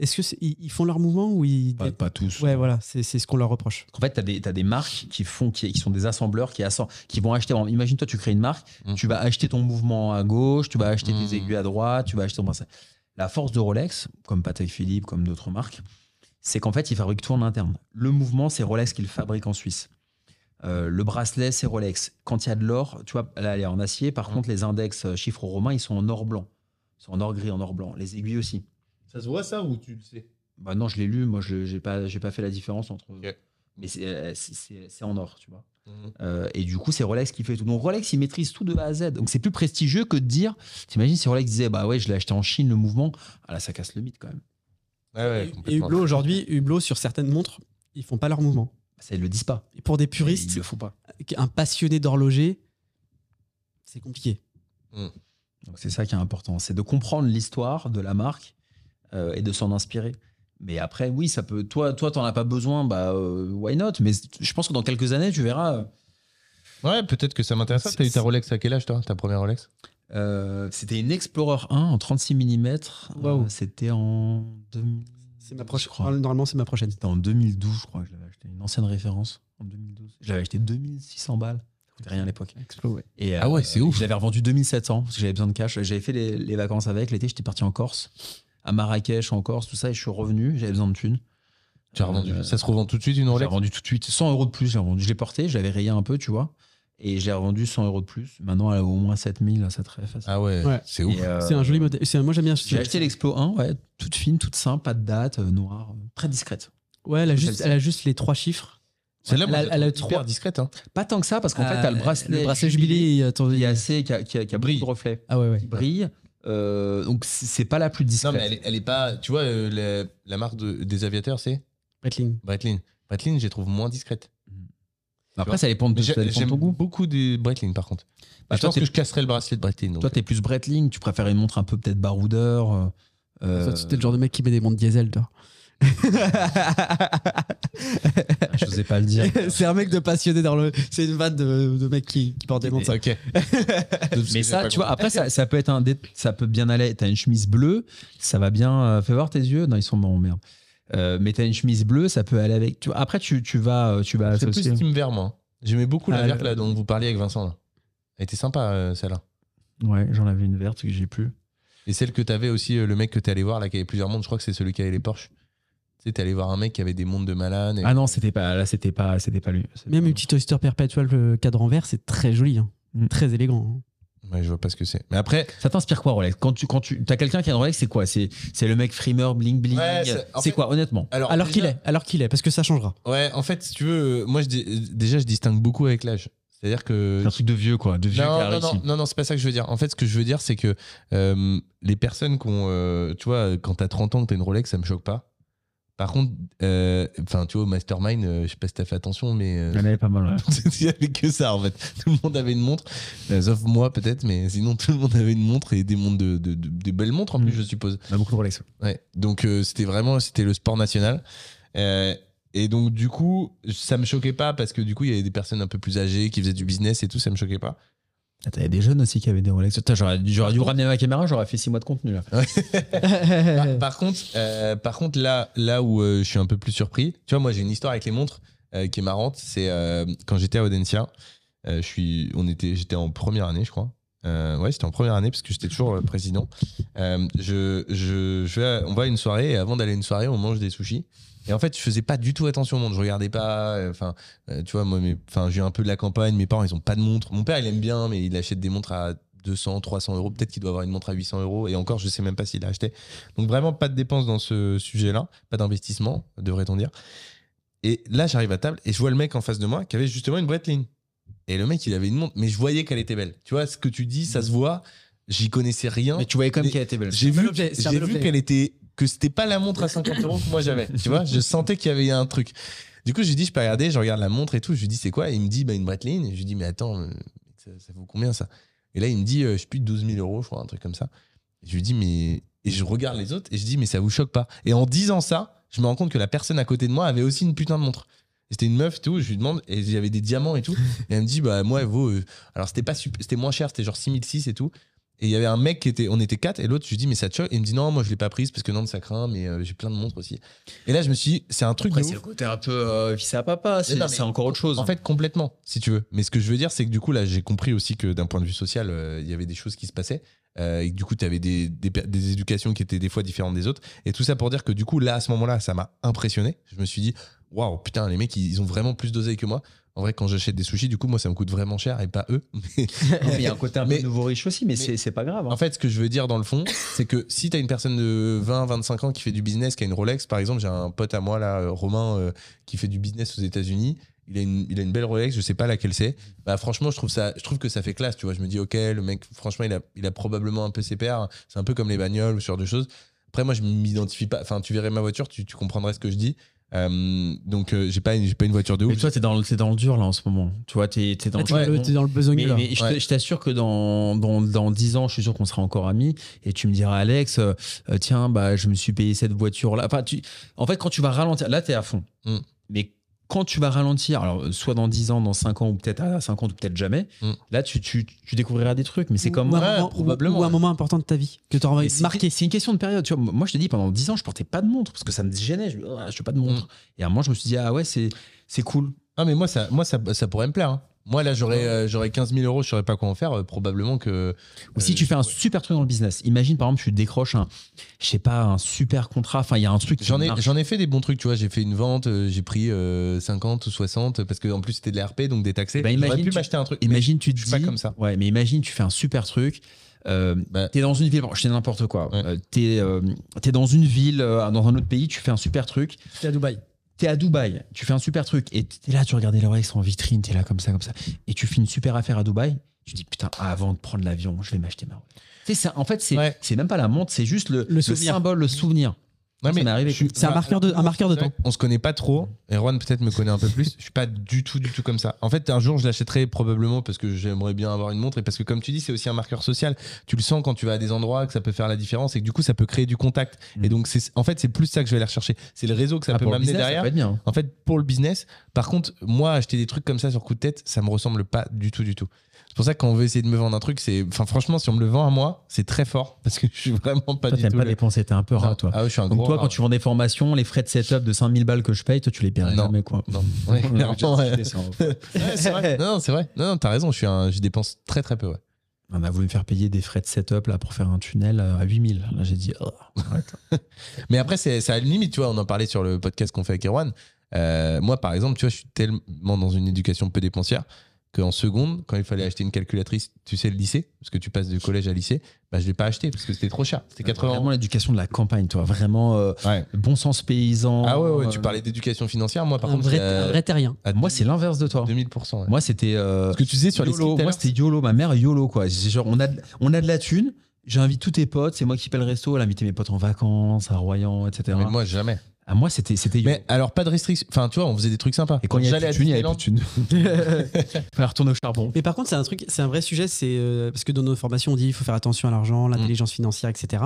D: Est-ce qu'ils ils ils font leur mouvement ou ils.
C: Pas, pas tous.
D: Ouais, voilà, c'est c'est ce qu'on leur reproche.
C: En fait, tu as des, t'as des marques qui, font, qui, qui sont des assembleurs, qui, assemblent, qui vont acheter. Imagine, toi, tu crées une marque,
B: Mm.
C: tu vas acheter ton mouvement à gauche, tu vas acheter
B: Mm.
C: tes aiguilles à droite, tu vas acheter ton bracelet. La force de Rolex, comme Patek Philippe, comme d'autres marques, c'est qu'en fait, ils fabriquent tout en interne. Le mouvement, c'est Rolex qui le fabrique en Suisse. Euh, le bracelet, c'est Rolex. Quand il y a de l'or, tu vois, là, elle est en acier. Par
B: Mm.
C: contre, les index euh, chiffres romains, ils sont en or blanc. Ils sont en or gris, en or blanc. Les aiguilles aussi.
B: Ça se voit ça ou tu le sais
C: Bah non, je l'ai lu. Moi, je j'ai pas, j'ai pas fait la différence entre.
B: Ok.
C: Mais c'est- euh, c'est c'est- c'est en or, tu vois.
B: Mmh.
C: Euh, et du coup, c'est Rolex qui fait tout. Donc Rolex, il maîtrise tout de A à Z. Donc c'est plus prestigieux que de dire. T'imagines si Rolex disait, bah ouais, je l'ai acheté en Chine, le mouvement. Ah là, ça casse le mythe quand même.
B: Ouais, ouais,
D: et
B: complètement.
D: Hublot, aujourd'hui, Hublot, sur certaines montres, ils font pas leur mouvement.
C: Ça, ils le disent pas.
D: Et pour des
C: Ils
D: puristes,
C: le font pas.
D: un passionné d'horloger, c'est compliqué.
C: Donc c'est ça qui est important. C'est de comprendre l'histoire de la marque euh, et de s'en inspirer. Mais après, oui, ça peut. Toi, toi, t'en as pas besoin, bah euh, why not Mais je pense que dans quelques années, tu verras.
B: Ouais, peut-être que ça m'intéresse. T'as eu ta Rolex à quel âge toi Ta première Rolex
C: euh, C'était une Explorer 1 en 36 mm.
D: Waouh.
C: C'était en 2000.
D: C'est ma
C: Je
D: prochaine.
C: crois.
D: Normalement, c'est ma prochaine.
C: C'était en 2012, je crois que je l'avais acheté. Une ancienne référence en 2012. Je l'avais acheté 2600 balles. Ça coûtait rien à l'époque. Et, euh,
B: Ah ouais, c'est ouf.
C: Je l'avais revendu 2700 parce que j'avais besoin de cash. J'avais fait les, les vacances avec. L'été, j'étais parti en Corse, à Marrakech, en Corse, tout ça. Et je suis revenu. J'avais besoin de thunes.
B: Tu as revendu.
C: Euh,
B: Ça se revend tout de suite une
C: J'ai
B: Rolex
C: revendu tout de suite 100 euros de plus. J'ai revendu. Je l'ai porté. Je l'avais rayé un peu, tu vois. Et je l'ai revendu 100 euros de plus. Maintenant, elle a au moins 7000, c'est très facile.
B: Ah ouais,
D: Ouais.
B: c'est ouf.
C: Et, euh,
D: C'est un joli modèle. c'est un- Moi, j'aime bien.
C: J'ai acheté l'Explo 1, ouais, toute fine, toute simple, pas de date, euh, noire, euh, très discrète.
D: Ouais, elle a, juste,
C: Celle-ci.
D: elle a juste les trois chiffres.
B: Celle-là,
D: elle
B: moi,
D: a-
B: je la
D: elle a
B: trouve hyper
D: trois-
B: discrète. hein.
C: Pas tant que ça, parce qu'en fait, t'as le
B: Euh,
C: bracelet.
D: Euh, Le bracelet jubilé. et, attends,
C: Il
D: il
C: y
D: y
C: a
D: a-
C: assez, qui a, qui a- qui a
B: Brille.
C: beaucoup de reflets,
D: Ah ouais, ouais.
C: qui brille. Euh, donc, c'est c'est pas la plus
B: Non,
C: discrète.
B: mais elle est, elle est pas. Tu vois, euh, la, la marque de- des aviateurs, c'est
D: Breitling.
B: Breitling. Breitling, je les trouve moins discrète.
C: Après, ça dépend de, ça dépend de
B: J'aime
C: ton goût.
B: beaucoup des Breitling, par contre.
C: Bah,
B: je
C: toi,
B: pense
C: t'es-
B: que je casserais le bracelet de Breitling. donc.
C: Toi, t'es plus Breitling, tu préfères une montre un peu peut-être baroudeur. euh,
D: Toi,
C: euh,
D: tu t'es le genre de mec qui met des montres diesel, toi.
C: je n'osais pas le dire.
D: c'est un mec de passionné dans le. C'est une vanne de, de mec qui, qui porte des montres. ça.
B: Ok.
C: Mais ça, tu vois, après, ça, ça peut être un dé- ça peut bien aller. T'as une chemise bleue, ça va bien. euh, fais voir tes yeux. Non, ils sont morts, merde. Euh, mais t'as une chemise bleue, ça peut aller avec. Tu vois, après, tu, tu vas, euh, tu vas
B: C'est
C: associer.
B: plus team vert, moi. J'aimais beaucoup la
D: Ah,
B: verte
D: le-
B: là, dont vous parliez avec Vincent. Là. Elle était sympa, euh, celle-là.
C: Ouais, j'en avais une verte que j'ai plus.
B: Et celle que t'avais aussi, euh, le mec que t'es allé voir, là, qui avait plusieurs montres, je crois que c'est celui qui avait les Porsche. Tu sais, t'es allé voir un mec qui avait des montres de malade. et-
C: Ah non, c'était pas là, c'était pas, c'était pas lui. C'était
D: Même
C: pas-
D: une petite Oyster Perpetual euh, cadran vert, c'est très joli. hein.
C: Mm.
D: Très élégant. hein.
B: Ouais, je vois pas ce que c'est. Mais après,
C: Ça t'inspire quoi Rolex Quand tu, quand tu, t'as quelqu'un qui a une Rolex, c'est quoi C'est, c'est le mec frimeur, bling bling.
B: Ouais,
C: c'est
B: c'est- en fait-
C: quoi, honnêtement
B: alors,
D: Alors
B: déjà-
D: qu'il est, alors qu'il est, parce que ça changera.
B: Ouais, en fait, si tu veux, euh, moi, je, dis- euh, déjà, je distingue beaucoup avec l'âge. C'est-à-dire que.
C: C'est un truc de vieux, quoi, de vieux qui a
B: euh, Non, non,
C: réussi.
B: non, non, non, c'est pas ça que je veux dire. En fait, ce que je veux dire, c'est que euh, les personnes qui ont. euh, tu vois, quand t'as 30 ans, que t'as une Rolex, ça me choque pas. Par contre, euh, enfin, tu vois, au Mastermind, euh, je sais pas si t'as fait attention, mais. euh,
C: Il y en avait pas mal. ouais.
B: il n'y avait que ça en fait. Tout le monde avait une montre, euh, sauf moi peut-être, mais sinon tout le monde avait une montre et des montres de, de- de- des belles montres en plus,
C: Mm.
B: je suppose.
C: On a beaucoup de Rolex.
B: Ouais. Donc euh, c'était vraiment c'était le sport national. Euh, et donc du coup, ça me choquait pas parce que du coup il y avait des personnes un peu plus âgées qui faisaient du business et tout, ça me choquait pas.
C: Ah, T'avais des jeunes aussi qui avaient des Rolex. Putain, J'aurais j'aurais
B: Ah
C: dû ramener ma caméra, j'aurais fait 6 mois de contenu. Là.
B: Par, par contre, euh, par contre là, là où euh, je suis un peu plus surpris, tu vois, moi j'ai une histoire avec les montres euh, qui est marrante. C'est euh, quand j'étais à Audencia, euh, je suis, on était, j'étais en première année, je crois. Euh, ouais, c'était en première année parce que j'étais toujours euh, président. Euh, je, je, je vais à- on va à une soirée et avant d'aller à une soirée, on mange des sushis. Et en fait, je faisais pas du tout attention au monde. Je regardais pas. euh, Enfin, euh, tu vois, moi, mes- enfin, j'ai un peu de la campagne. Mes parents, ils ont pas de montre. Mon père, il aime bien, mais il achète des montres à 200, 300 euros. Peut-être qu'il doit avoir une montre à 800 euros. Et encore, je sais même pas s'il l'a acheté. Donc vraiment pas de dépenses dans ce sujet-là, pas d'investissement, devrait-on dire. Et là, j'arrive à table et je vois le mec en face de moi qui avait justement une Breitling. Et le mec, il avait une montre, mais je voyais qu'elle était belle. Tu vois, ce que tu dis, ça se voit. J'y connaissais rien.
C: Mais tu voyais quand même
B: Mais-
C: qu'elle était belle.
B: J'ai
D: un bel
B: vu,
D: objet, c'est un
B: j'ai
D: bel
B: vu
D: objet.
B: qu'elle était que c'était pas la montre à 50 euros que moi j'avais. Tu vois, je sentais qu'il y avait un truc. Du coup, je lui dis, je peux regarder, je regarde la montre et tout. Je lui dis, c'est quoi Et Il me dit, bah, une Breitling. Je lui dis, mais attends, euh, ça, ça vaut combien ça Et là, il me dit, euh, je suis plus de 12 000 euros, je crois, un truc comme ça. Et je lui dis, mais. Et je regarde les autres et je dis, mais ça vous choque pas Et en disant ça, je me rends compte que la personne à côté de moi avait aussi une putain de montre. C'était une meuf, tout. Je lui demande, et il y avait des diamants et tout. Et elle me dit, bah, moi, elle vaut. euh, Alors, c'était pas sup- c'était moins cher, c'était genre 6006 et tout. Et il y avait un mec qui était, on était quatre, et l'autre, je lui dis, mais ça te choque Et il me dit, non, moi, je l'ai pas prise parce que non, ça craint, mais euh, j'ai plein de montres aussi. Et là, je me suis dit, c'est un truc
C: Après,
B: de
C: c'est
B: ouf.
C: le côté un peu euh, fils à papa, c'est
B: Mais non, mais-
C: c'est encore autre chose.
B: En fait, complètement, si tu veux. Mais ce que je veux dire, c'est que du coup, là, j'ai compris aussi que d'un point de vue social, euh, il y avait des choses qui se passaient. euh, et que du coup, tu avais des, des, per- des éducations qui étaient des fois différentes des autres. Et tout ça pour dire que du coup, là, à ce moment-là, ça m'a impressionné. Je me suis dit, waouh, putain, les mecs, ils, ils ont vraiment plus d'oseille que moi. En vrai, quand j'achète des sushis, du coup, moi, ça me coûte vraiment cher et pas eux.
C: Non, mais il y a un côté un
B: Mais-
C: peu nouveau riche aussi, mais, c'est- c'est pas grave. hein.
B: En fait, ce que je veux dire dans le fond, c'est que si t'as une personne de 20, 25 ans qui fait du business, qui a une Rolex, par exemple, j'ai un pote à moi là, euh, Romain, euh, qui fait du business aux États-Unis. Il a, une, il a une belle Rolex, je sais pas laquelle c'est. Bah franchement, je trouve ça, je trouve que ça fait classe, tu vois. Je me dis, ok, le mec, franchement, il a, il a probablement un peu ses pairs. C'est un peu comme les bagnoles ou ce genre de choses. Après, moi, je m'identifie pas. Enfin, tu verrais ma voiture, tu, tu comprendrais ce que je dis. Euh, donc, euh, j'ai pas, une- j'ai pas une voiture de
C: mais
B: ouf.
C: toi, t'es dans, le- t'es dans le dur là en ce moment. Tu vois, t'es Ah, t'es dans
D: Là,
C: le
D: t'es dans le- t'es dans le besogneux,
C: Mais,
D: là.
C: mais je te-
B: Ouais.
C: je t'assure que dans, dans, dans 10 ans, je suis sûr qu'on sera encore amis. Et tu me diras, Alex, euh, euh, tiens, bah, je me suis payé cette voiture-là. Enfin, tu, en fait, quand tu vas ralentir, là, tu es à fond.
B: Mm.
C: Mais quand tu vas ralentir, alors, euh, soit dans 10 ans, dans 5 ans, ou peut-être à 50, ou peut-être jamais,
B: Mm.
C: là, tu, tu, tu découvriras des trucs. Mais c'est comme
D: ou, un
B: Ouais,
D: moment- ou-
B: probablement,
D: ou un
B: ouais.
D: moment important de ta vie que tu envie
C: mais
D: de
C: c'est-
D: marquer.
C: C'est une question de période. Tu vois, moi, je te dis, pendant 10 ans, je portais pas de montre parce que ça me gênait. Je
B: Mm.
C: ne pas de montre. Et à un moment, je me suis dit, ah ouais, c'est c'est cool.
B: Ah, mais moi, ça, moi ça, ça pourrait me plaire. hein. Moi, là, j'aurais euh, j'aurais 15 000 euros, je saurais pas quoi en faire. euh, probablement que.
C: Ou si
B: euh,
C: tu fais un
B: ouais.
C: super truc dans le business, imagine par exemple, tu décroches un, je sais pas, un super contrat, enfin, il y a un truc qui
B: J'en ai,
C: marche.
B: j'en ai fait des bons trucs, tu vois. J'ai fait une vente, euh, j'ai pris euh, 50 ou 60, parce que en plus c'était de la RP, donc des taxés.
C: Eh ben,
B: j'aurais
C: imagine,
B: pu
C: tu-
B: m'acheter un truc. mais
C: Imagine, tu te
B: je suis pas
C: dis-
B: comme ça.
C: Ouais, mais imagine, tu fais un super truc. Euh,
B: Bah.
C: t'es dans une ville, bon, je sais n'importe quoi.
B: Ouais.
C: Euh, t'es, euh, t'es dans une ville, euh, dans un autre pays, tu fais un super truc.
D: J'étais à Dubaï.
C: T'es à Dubaï, tu fais un super truc. Et t'es là, tu regardes les Rolex en vitrine, t'es là comme ça, comme ça. Et tu fais une super affaire à Dubaï. Tu dis, putain, avant de prendre l'avion, je vais m'acheter ma Rolex. Tu sais, ça, en fait, c'est,
B: Ouais.
C: c'est même pas la montre, c'est juste le, le
D: souvenir.
C: symbole, le souvenir.
B: Ouais,
C: Ça m'est arrivé.
B: je suis-
D: C'est un
B: bah,
D: marqueur de, un marqueur de
B: c'est vrai
D: temps.
B: qu'on se connaît pas trop. Erwan peut-être me connaît un peu plus. Je suis pas du tout, du tout comme ça. En fait, un jour, je l'achèterai probablement parce que j'aimerais bien avoir une montre et parce que, comme tu dis, c'est aussi un marqueur social. Tu le sens quand tu vas à des endroits que ça peut faire la différence et que du coup, ça peut créer du contact.
C: Mm.
B: Et donc, c'est en fait, c'est plus ça que je vais aller rechercher. C'est le réseau que ça
C: Ah,
B: peut
C: pour le
B: m'amener
C: business, ça
B: derrière.
C: peut être bien.
B: En fait, pour le business, par contre, moi, acheter des trucs comme ça sur coup de tête, ça me ressemble pas du tout, du tout. C'est pour ça que quand on veut essayer de me vendre un truc, c'est, enfin, franchement, si on me le vend à moi, c'est très fort parce que je suis vraiment pas
C: Toi,
B: du
C: t'aimes
B: tout.
C: pas
B: le-
C: dépenser, t'es un peu rat, toi.
B: Ah ouais, je suis un
C: Donc
B: gros.
C: toi,
B: rat,
C: quand tu vends des formations, les frais de setup de 5000 balles que je paye, toi, tu les paierais
B: Non.
C: jamais, quoi.
B: Non, ouais,
C: On a
B: clairement,
C: déjà
B: ouais.
C: discuté ça, en fait.
B: Ouais, c'est vrai. Non, non, c'est vrai. Non, non, t'as raison. Je suis un, je dépense très très peu. ouais.
C: On a voulu me faire payer des frais de setup là, pour faire un tunnel euh, à 8000. Là, j'ai dit, oh, arrête.
B: Mais après, c'est, c'est à la limite, tu vois. On en parlait sur le podcast qu'on fait avec Erwan. Euh, moi, par exemple, tu vois, je suis tellement dans une éducation peu dépensière qu'en seconde, quand il fallait acheter une calculatrice, tu sais, le lycée, parce que tu passes du collège à lycée, bah, je l'ai pas acheté parce que c'était trop cher. C'était 80 euros.
C: Vraiment l'éducation de la campagne, toi. Vraiment euh,
B: Ouais.
C: bon sens paysan.
B: Ah ouais, ouais,
C: euh,
B: tu parlais d'éducation financière. Moi, par
D: un,
B: contre, euh,
D: vrai,
B: c'est euh, à-
D: un vrai terrien.
B: à
C: Moi, c'est l'inverse de toi.
B: 2000%. ouais.
C: Moi, c'était. euh,
B: Ce que tu disais sur les skis
C: YOLO.
B: tout à
C: Moi,
B: l'heure,
C: c'était YOLO. Ma mère, YOLO, quoi. C'est genre, on a, de- on a de la thune. J'invite tous tes potes. C'est moi qui paie le resto. Elle a invité mes potes en vacances, à Royan, etc.
B: mais moi, jamais.
C: Ah, moi, c'était c'était YOLO.
B: Mais alors, pas de restriction. Enfin, tu vois, on faisait des trucs sympas.
C: Et quand il y avait
B: j'allais
C: plus
B: à
C: de thune, il y avait
B: Disneyland,
C: plus de thune. Fallait retourner au charbon.
D: Mais par contre, c'est un truc, c'est un vrai sujet, c'est euh, parce que dans nos formations, on dit il faut faire attention à l'argent, l'intelligence financière, etc.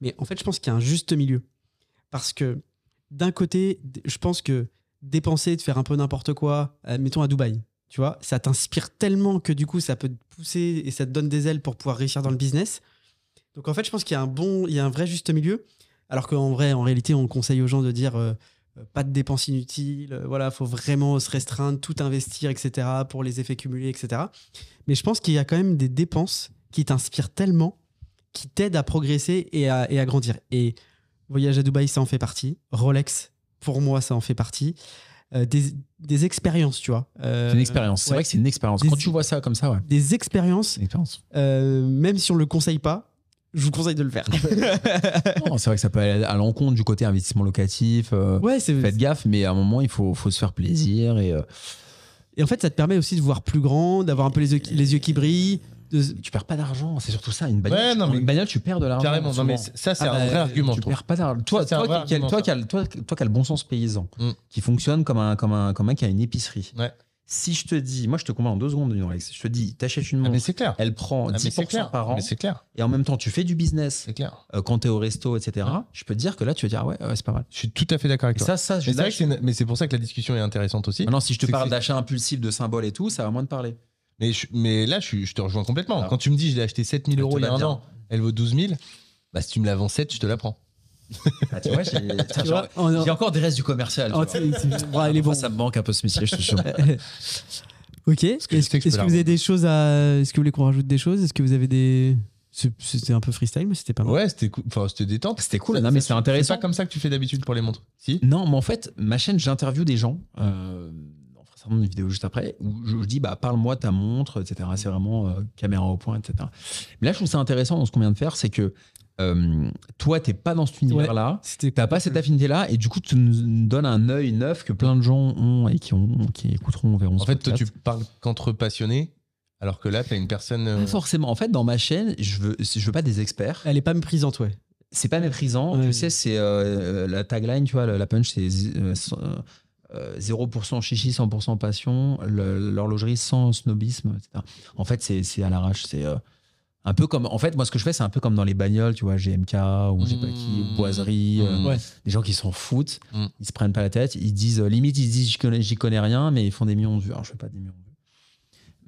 D: Mais en fait, je pense qu'il y a un juste milieu, parce que d'un côté, d- je pense que dépenser, de faire un peu n'importe quoi, euh, mettons à Dubaï, tu vois, ça t'inspire tellement que du coup, ça peut te pousser et ça te donne des ailes pour pouvoir réussir dans le business. Donc en fait, je pense qu'il y a un bon, il y a un vrai juste milieu, alors qu'en vrai, en réalité, on conseille aux gens de dire euh, euh, pas de dépenses inutiles, euh, voilà, faut vraiment se restreindre, tout investir, etc., pour les effets cumulés, etc. Mais je pense qu'il y a quand même des dépenses qui t'inspirent tellement, qui t'aident à progresser et à, et à grandir. Et voyage à Dubaï, ça en fait partie. Rolex, pour moi, ça en fait partie. Euh, des, des expériences, tu vois. Euh,
C: C'est une expérience. C'est
D: ouais.
C: vrai que c'est une expérience.
D: Des-
C: Quand tu vois ça comme ça, ouais.
D: Des expériences,
C: C'est une expérience.
D: euh, même si on ne le conseille pas, je vous conseille de le faire.
C: Non, c'est vrai que ça peut aller à l'encontre du côté investissement locatif. euh,
D: ouais, c'est
C: Faites gaffe, mais à un moment, il faut, faut se faire plaisir. Et euh,
D: Et en fait, ça te permet aussi de voir plus grand, d'avoir un peu les yeux, qui- les yeux qui brillent. de-
C: tu perds pas d'argent, c'est surtout ça. Une bagnole,
B: Ouais, non,
C: tu,
B: mais-
C: une bagnole, tu perds de l'argent.
B: Carrément. Non,
C: souvent.
B: mais c'est- ça, c'est
C: Ah
B: un
C: bah,
B: vrai argument,
C: Tu
B: je trouve.
C: perds pas d'argent.
B: Ça,
C: Toi,
B: c'est
C: toi,
B: un vrai
C: qui- qui a-
B: argument,
C: toi
B: ça.
C: qui a le- toi- toi qui as le bon sens paysan,
B: Mm.
C: qui fonctionne comme un, comme, un, comme un qui a une épicerie.
B: Ouais.
C: Si je te dis, moi, je te convainc en deux secondes, d'une Rolex. Je te dis, t'achètes une
B: Ah,
C: montre,
B: mais c'est clair.
C: elle prend
B: Ah, mais c'est
C: 10%
B: clair.
C: par an,
B: Mais c'est clair.
C: et en même temps, tu fais du business
B: C'est clair.
C: euh, quand t'es au resto, etc.
B: Ouais.
C: Je peux te dire que là, tu vas dire, ah ouais, ouais, c'est pas mal.
B: Je suis tout à fait d'accord avec
C: Et
B: toi.
C: ça, ça, je Ah
B: mais c'est,
C: là,
B: vrai que c'est une- mais c'est pour ça que la discussion est intéressante aussi.
C: Maintenant, si je te
B: C'est-
C: parle
B: c'est-
C: d'achat impulsif, de symboles et tout, ça va moins te parler. Bah,
B: Mais, je- mais là, je, suis- je te rejoins complètement.
C: Ah.
B: Quand tu me dis, je l'ai acheté 7000
C: Elle
B: euros
C: te
B: il y a
C: va
B: un
C: bien.
B: an, elle vaut 12 000, bah, si tu me la vends 7, je te la prends.
C: Ah, tu vois, j'ai
D: Tu vois, en- en-
C: j'ai encore des restes du commercial. tu
B: Ah,
D: en-
C: vois.
D: Ouais, elle ah, est
C: Parfois,
D: bon.
C: Ça me manque un peu ce métier, je te jure.
D: Ok.
B: que je
D: Est-ce
B: sais que je
D: est-ce
B: peux
D: que
B: la
D: vous avez
B: revendre.
D: des choses à. Est-ce que vous voulez qu'on rajoute des choses Est-ce que vous avez des. C'est- C'était un peu freestyle, mais c'était pas mal.
B: Ouais, c'était, cou- enfin, c'était détente.
C: C'était cool, non, mais Ah c'est
B: C'est
C: intéressant.
B: pas comme ça que tu fais d'habitude pour les montres. Si
C: Non, mais en fait, ma chaîne, j'interview des gens. Euh, on fera certainement une vidéo juste après où je, je dis, bah, parle-moi de ta montre, etc. C'est vraiment euh, caméra au point, etc. Mais là, je trouve ça intéressant dans ce qu'on vient de faire, c'est que euh, toi, t'es pas dans cet univers-là.
D: C'était
C: T'as pas cette affinité-là et du coup tu nous donnes un œil neuf que plein de gens ont et qui ont, qui écouteront, verront.
B: En
C: ce
B: fait, toi, tu
C: podcast.
B: parles qu'entre passionnés, alors que là, t'as une personne. euh,
C: Pas forcément. En fait, dans ma chaîne, je veux, je veux pas des experts.
D: Elle est pas méprisante, ouais.
C: C'est pas méprisant.
D: Ouais.
C: Tu sais, c'est euh, la tagline, tu vois, la punch, c'est euh, euh, 0% chichi, 100% passion, le- l'horlogerie sans snobisme, etc. En fait, c'est c'est à l'arrache. C'est euh, un peu comme. En fait, moi, ce que je fais, c'est un peu comme dans les bagnoles, tu vois, GMK ou je sais pas qui,
B: Mmh.
C: Boiserie. euh,
B: Mmh.
D: Ouais.
C: des gens qui s'en foutent,
B: Mm.
C: ils se prennent pas la tête, ils disent, euh, limite, ils disent, j'y connais, j'y connais rien, mais ils font des millions de vues. Alors, je fais pas des millions de vues.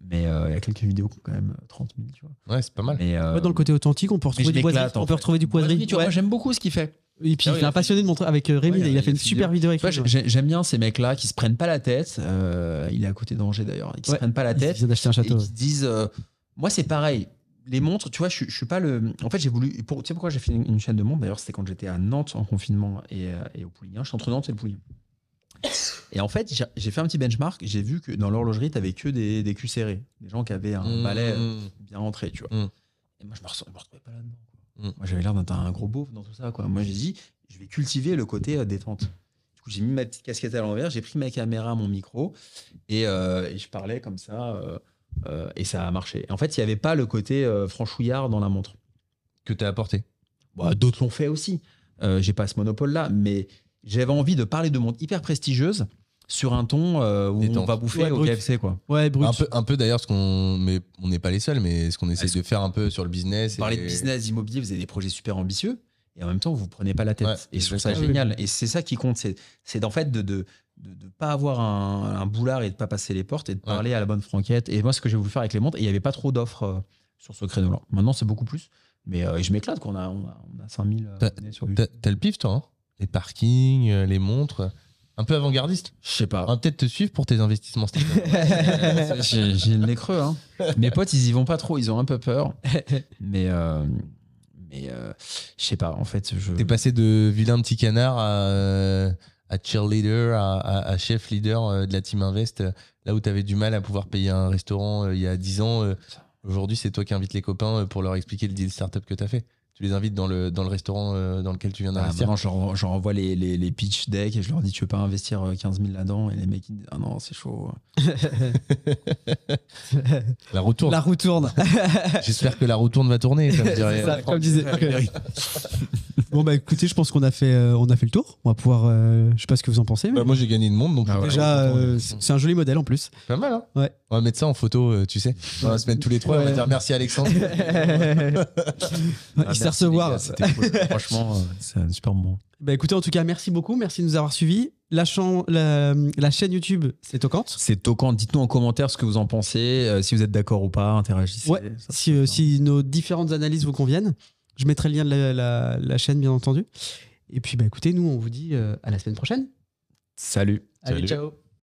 C: Mais euh, il y a quelques vidéos qui ont quand même euh, 30 000, tu vois.
B: Ouais, c'est pas mal.
C: Mais, euh,
D: Ouais, Dans le côté authentique, on peut
C: mais je
D: retrouver du boiserie.
C: m'éclate, en
D: On peut
C: fait.
D: retrouver du
C: Boiserie,
D: boiserie.
C: tu vois, moi, j'aime beaucoup ce qu'il fait.
D: Et puis,
C: Ah oui,
D: il
C: il
D: est
C: a
D: un
C: fait-
D: passionné de montre avec euh, Rémi.
C: Ouais,
D: là, il a fait une super vidéo avec
C: Tu vois,
D: Rémi.
C: j'ai- j'ai- j'aime bien ces mecs-là qui se prennent pas la tête. euh, il est à côté d'Angers d'ailleurs. Qui se
D: Ouais.
C: prennent pas la
D: Il
C: tête.
D: vient d'acheter un
C: et
D: château.
C: qui se disent euh, moi c'est pareil les montres tu vois je, suis- je suis pas le en fait j'ai voulu pour, tu sais pourquoi j'ai fait une, une chaîne de montres d'ailleurs c'était quand j'étais à Nantes en confinement et, euh, et au Pouliguen j'étais entre Nantes et le Pouliguen et en fait j'ai- j'ai fait un petit benchmark j'ai vu que dans l'horlogerie t'avais que des, des culs serrés des gens qui avaient un
B: Mmh.
C: balai euh, bien rentré tu vois
B: Mm.
C: et moi je me, ressens- je me retrouvais pas là dedans
B: Mm.
C: moi j'avais l'air d'un un gros beauf dans tout ça quoi moi j'ai dit je vais cultiver le côté euh, détente du coup j'ai mis ma petite casquette à l'envers j'ai pris ma caméra mon micro et, euh, et je parlais comme ça euh, euh, et ça a marché. En fait, il n'y avait pas le côté euh, franchouillard dans la montre.
B: Que t'as apporté.
C: Bah, D'autres l'ont fait aussi. Euh, J'ai pas ce monopole-là, mais j'avais envie de parler de montres hyper prestigieuses sur un ton euh, où on
B: Détente.
C: va bouffer
D: Ouais,
C: au
D: brut.
C: KFC. Quoi.
D: Ouais, brut.
C: Ah,
B: Un peu, un peu d'ailleurs, ce qu'on. Mais on n'est pas les seuls, mais ce qu'on essaie
C: Est-ce
B: de faire un peu sur le business.
C: Vous parlez de
B: et-
C: business, d'immobilier, vous avez des projets super ambitieux et en même temps, vous vous prenez pas la tête.
B: Ouais,
C: et je trouve ça
B: exactement.
C: génial. Et c'est ça qui compte. c'est- C'est en fait de de, de, de pas avoir un, un boulard et de pas passer les portes et de
B: Ouais.
C: parler à la bonne franquette. Et moi, ce que j'ai voulu faire avec les montres, et il n'y avait pas trop d'offres euh, sur ce créneau-là. Maintenant, c'est beaucoup plus. Mais euh, et je m'éclate qu'on a, on a, on a 5000 euh,
B: T'as-
C: abonnés sur YouTube.
B: T'as t'as le pif, toi, hein Les parkings, euh, les montres. Un peu avant-gardiste.
C: Je sais pas.
B: On va peut-être te suivre pour tes investissements, Stéphane.
C: J'ai j'ai le nez creux. hein. Mes potes, ils y vont pas trop. Ils ont un peu peur. Mais, euh, mais euh, je sais pas. En fait, je.
B: T'es passé de vilain petit canard à, euh, à cheerleader, à, à- à chef leader euh, de la team Invest, euh, là où t'avais du mal à pouvoir payer un restaurant euh, il y a 10 ans. euh, Aujourd'hui, c'est toi qui invites les copains euh, pour leur expliquer le deal startup que t'as fait. Tu les invites dans le, dans le restaurant euh, dans lequel tu viens
C: Ah,
B: d'investir.
D: bah
C: maintenant, je leur, je leur envoie les, les, les pitch decks et je leur dis Tu veux pas investir euh, 15 000 là-dedans Et les mecs, ils disent Ah non, c'est chaud.
B: la roue tourne.
D: La roue tourne.
B: J'espère que la roue tourne va tourner. comme dirait-
D: C'est ça,
B: Bah,
D: comme disait. bon, bah écoutez, je pense qu'on a, fait, euh, on a fait le tour. On va pouvoir. euh, je sais pas ce que vous en pensez. Mais
B: Bah, moi, j'ai gagné de monde, donc
C: Ah ouais.
D: déjà, euh,
B: c'est
D: c'est c'est un joli modèle en plus.
B: pas mal. Hein
D: Ouais.
B: On va mettre ça en photo, euh, tu sais. On va se mettre tous les trois. On va
D: Ouais.
B: dire merci Alexandre.
C: Ah,
D: Il sait recevoir.
C: C'était cool. Franchement, euh, c'est un super moment.
D: Bah écoutez, en tout cas, merci beaucoup. Merci de nous avoir suivis. La, chan- la, la chaîne YouTube, c'est Tocante.
C: C'est toquant. Dites-nous en commentaire ce que vous en pensez, euh, si vous êtes d'accord ou pas, interagissez.
D: Ouais,
C: Ça, c'est
D: si, euh,
C: bien.
D: si nos différentes analyses vous conviennent. Je mettrai le lien de la, la- la chaîne, bien entendu. Et puis, bah, écoutez, nous, on vous dit euh, à la semaine prochaine.
C: Salut.
D: Allez, ciao.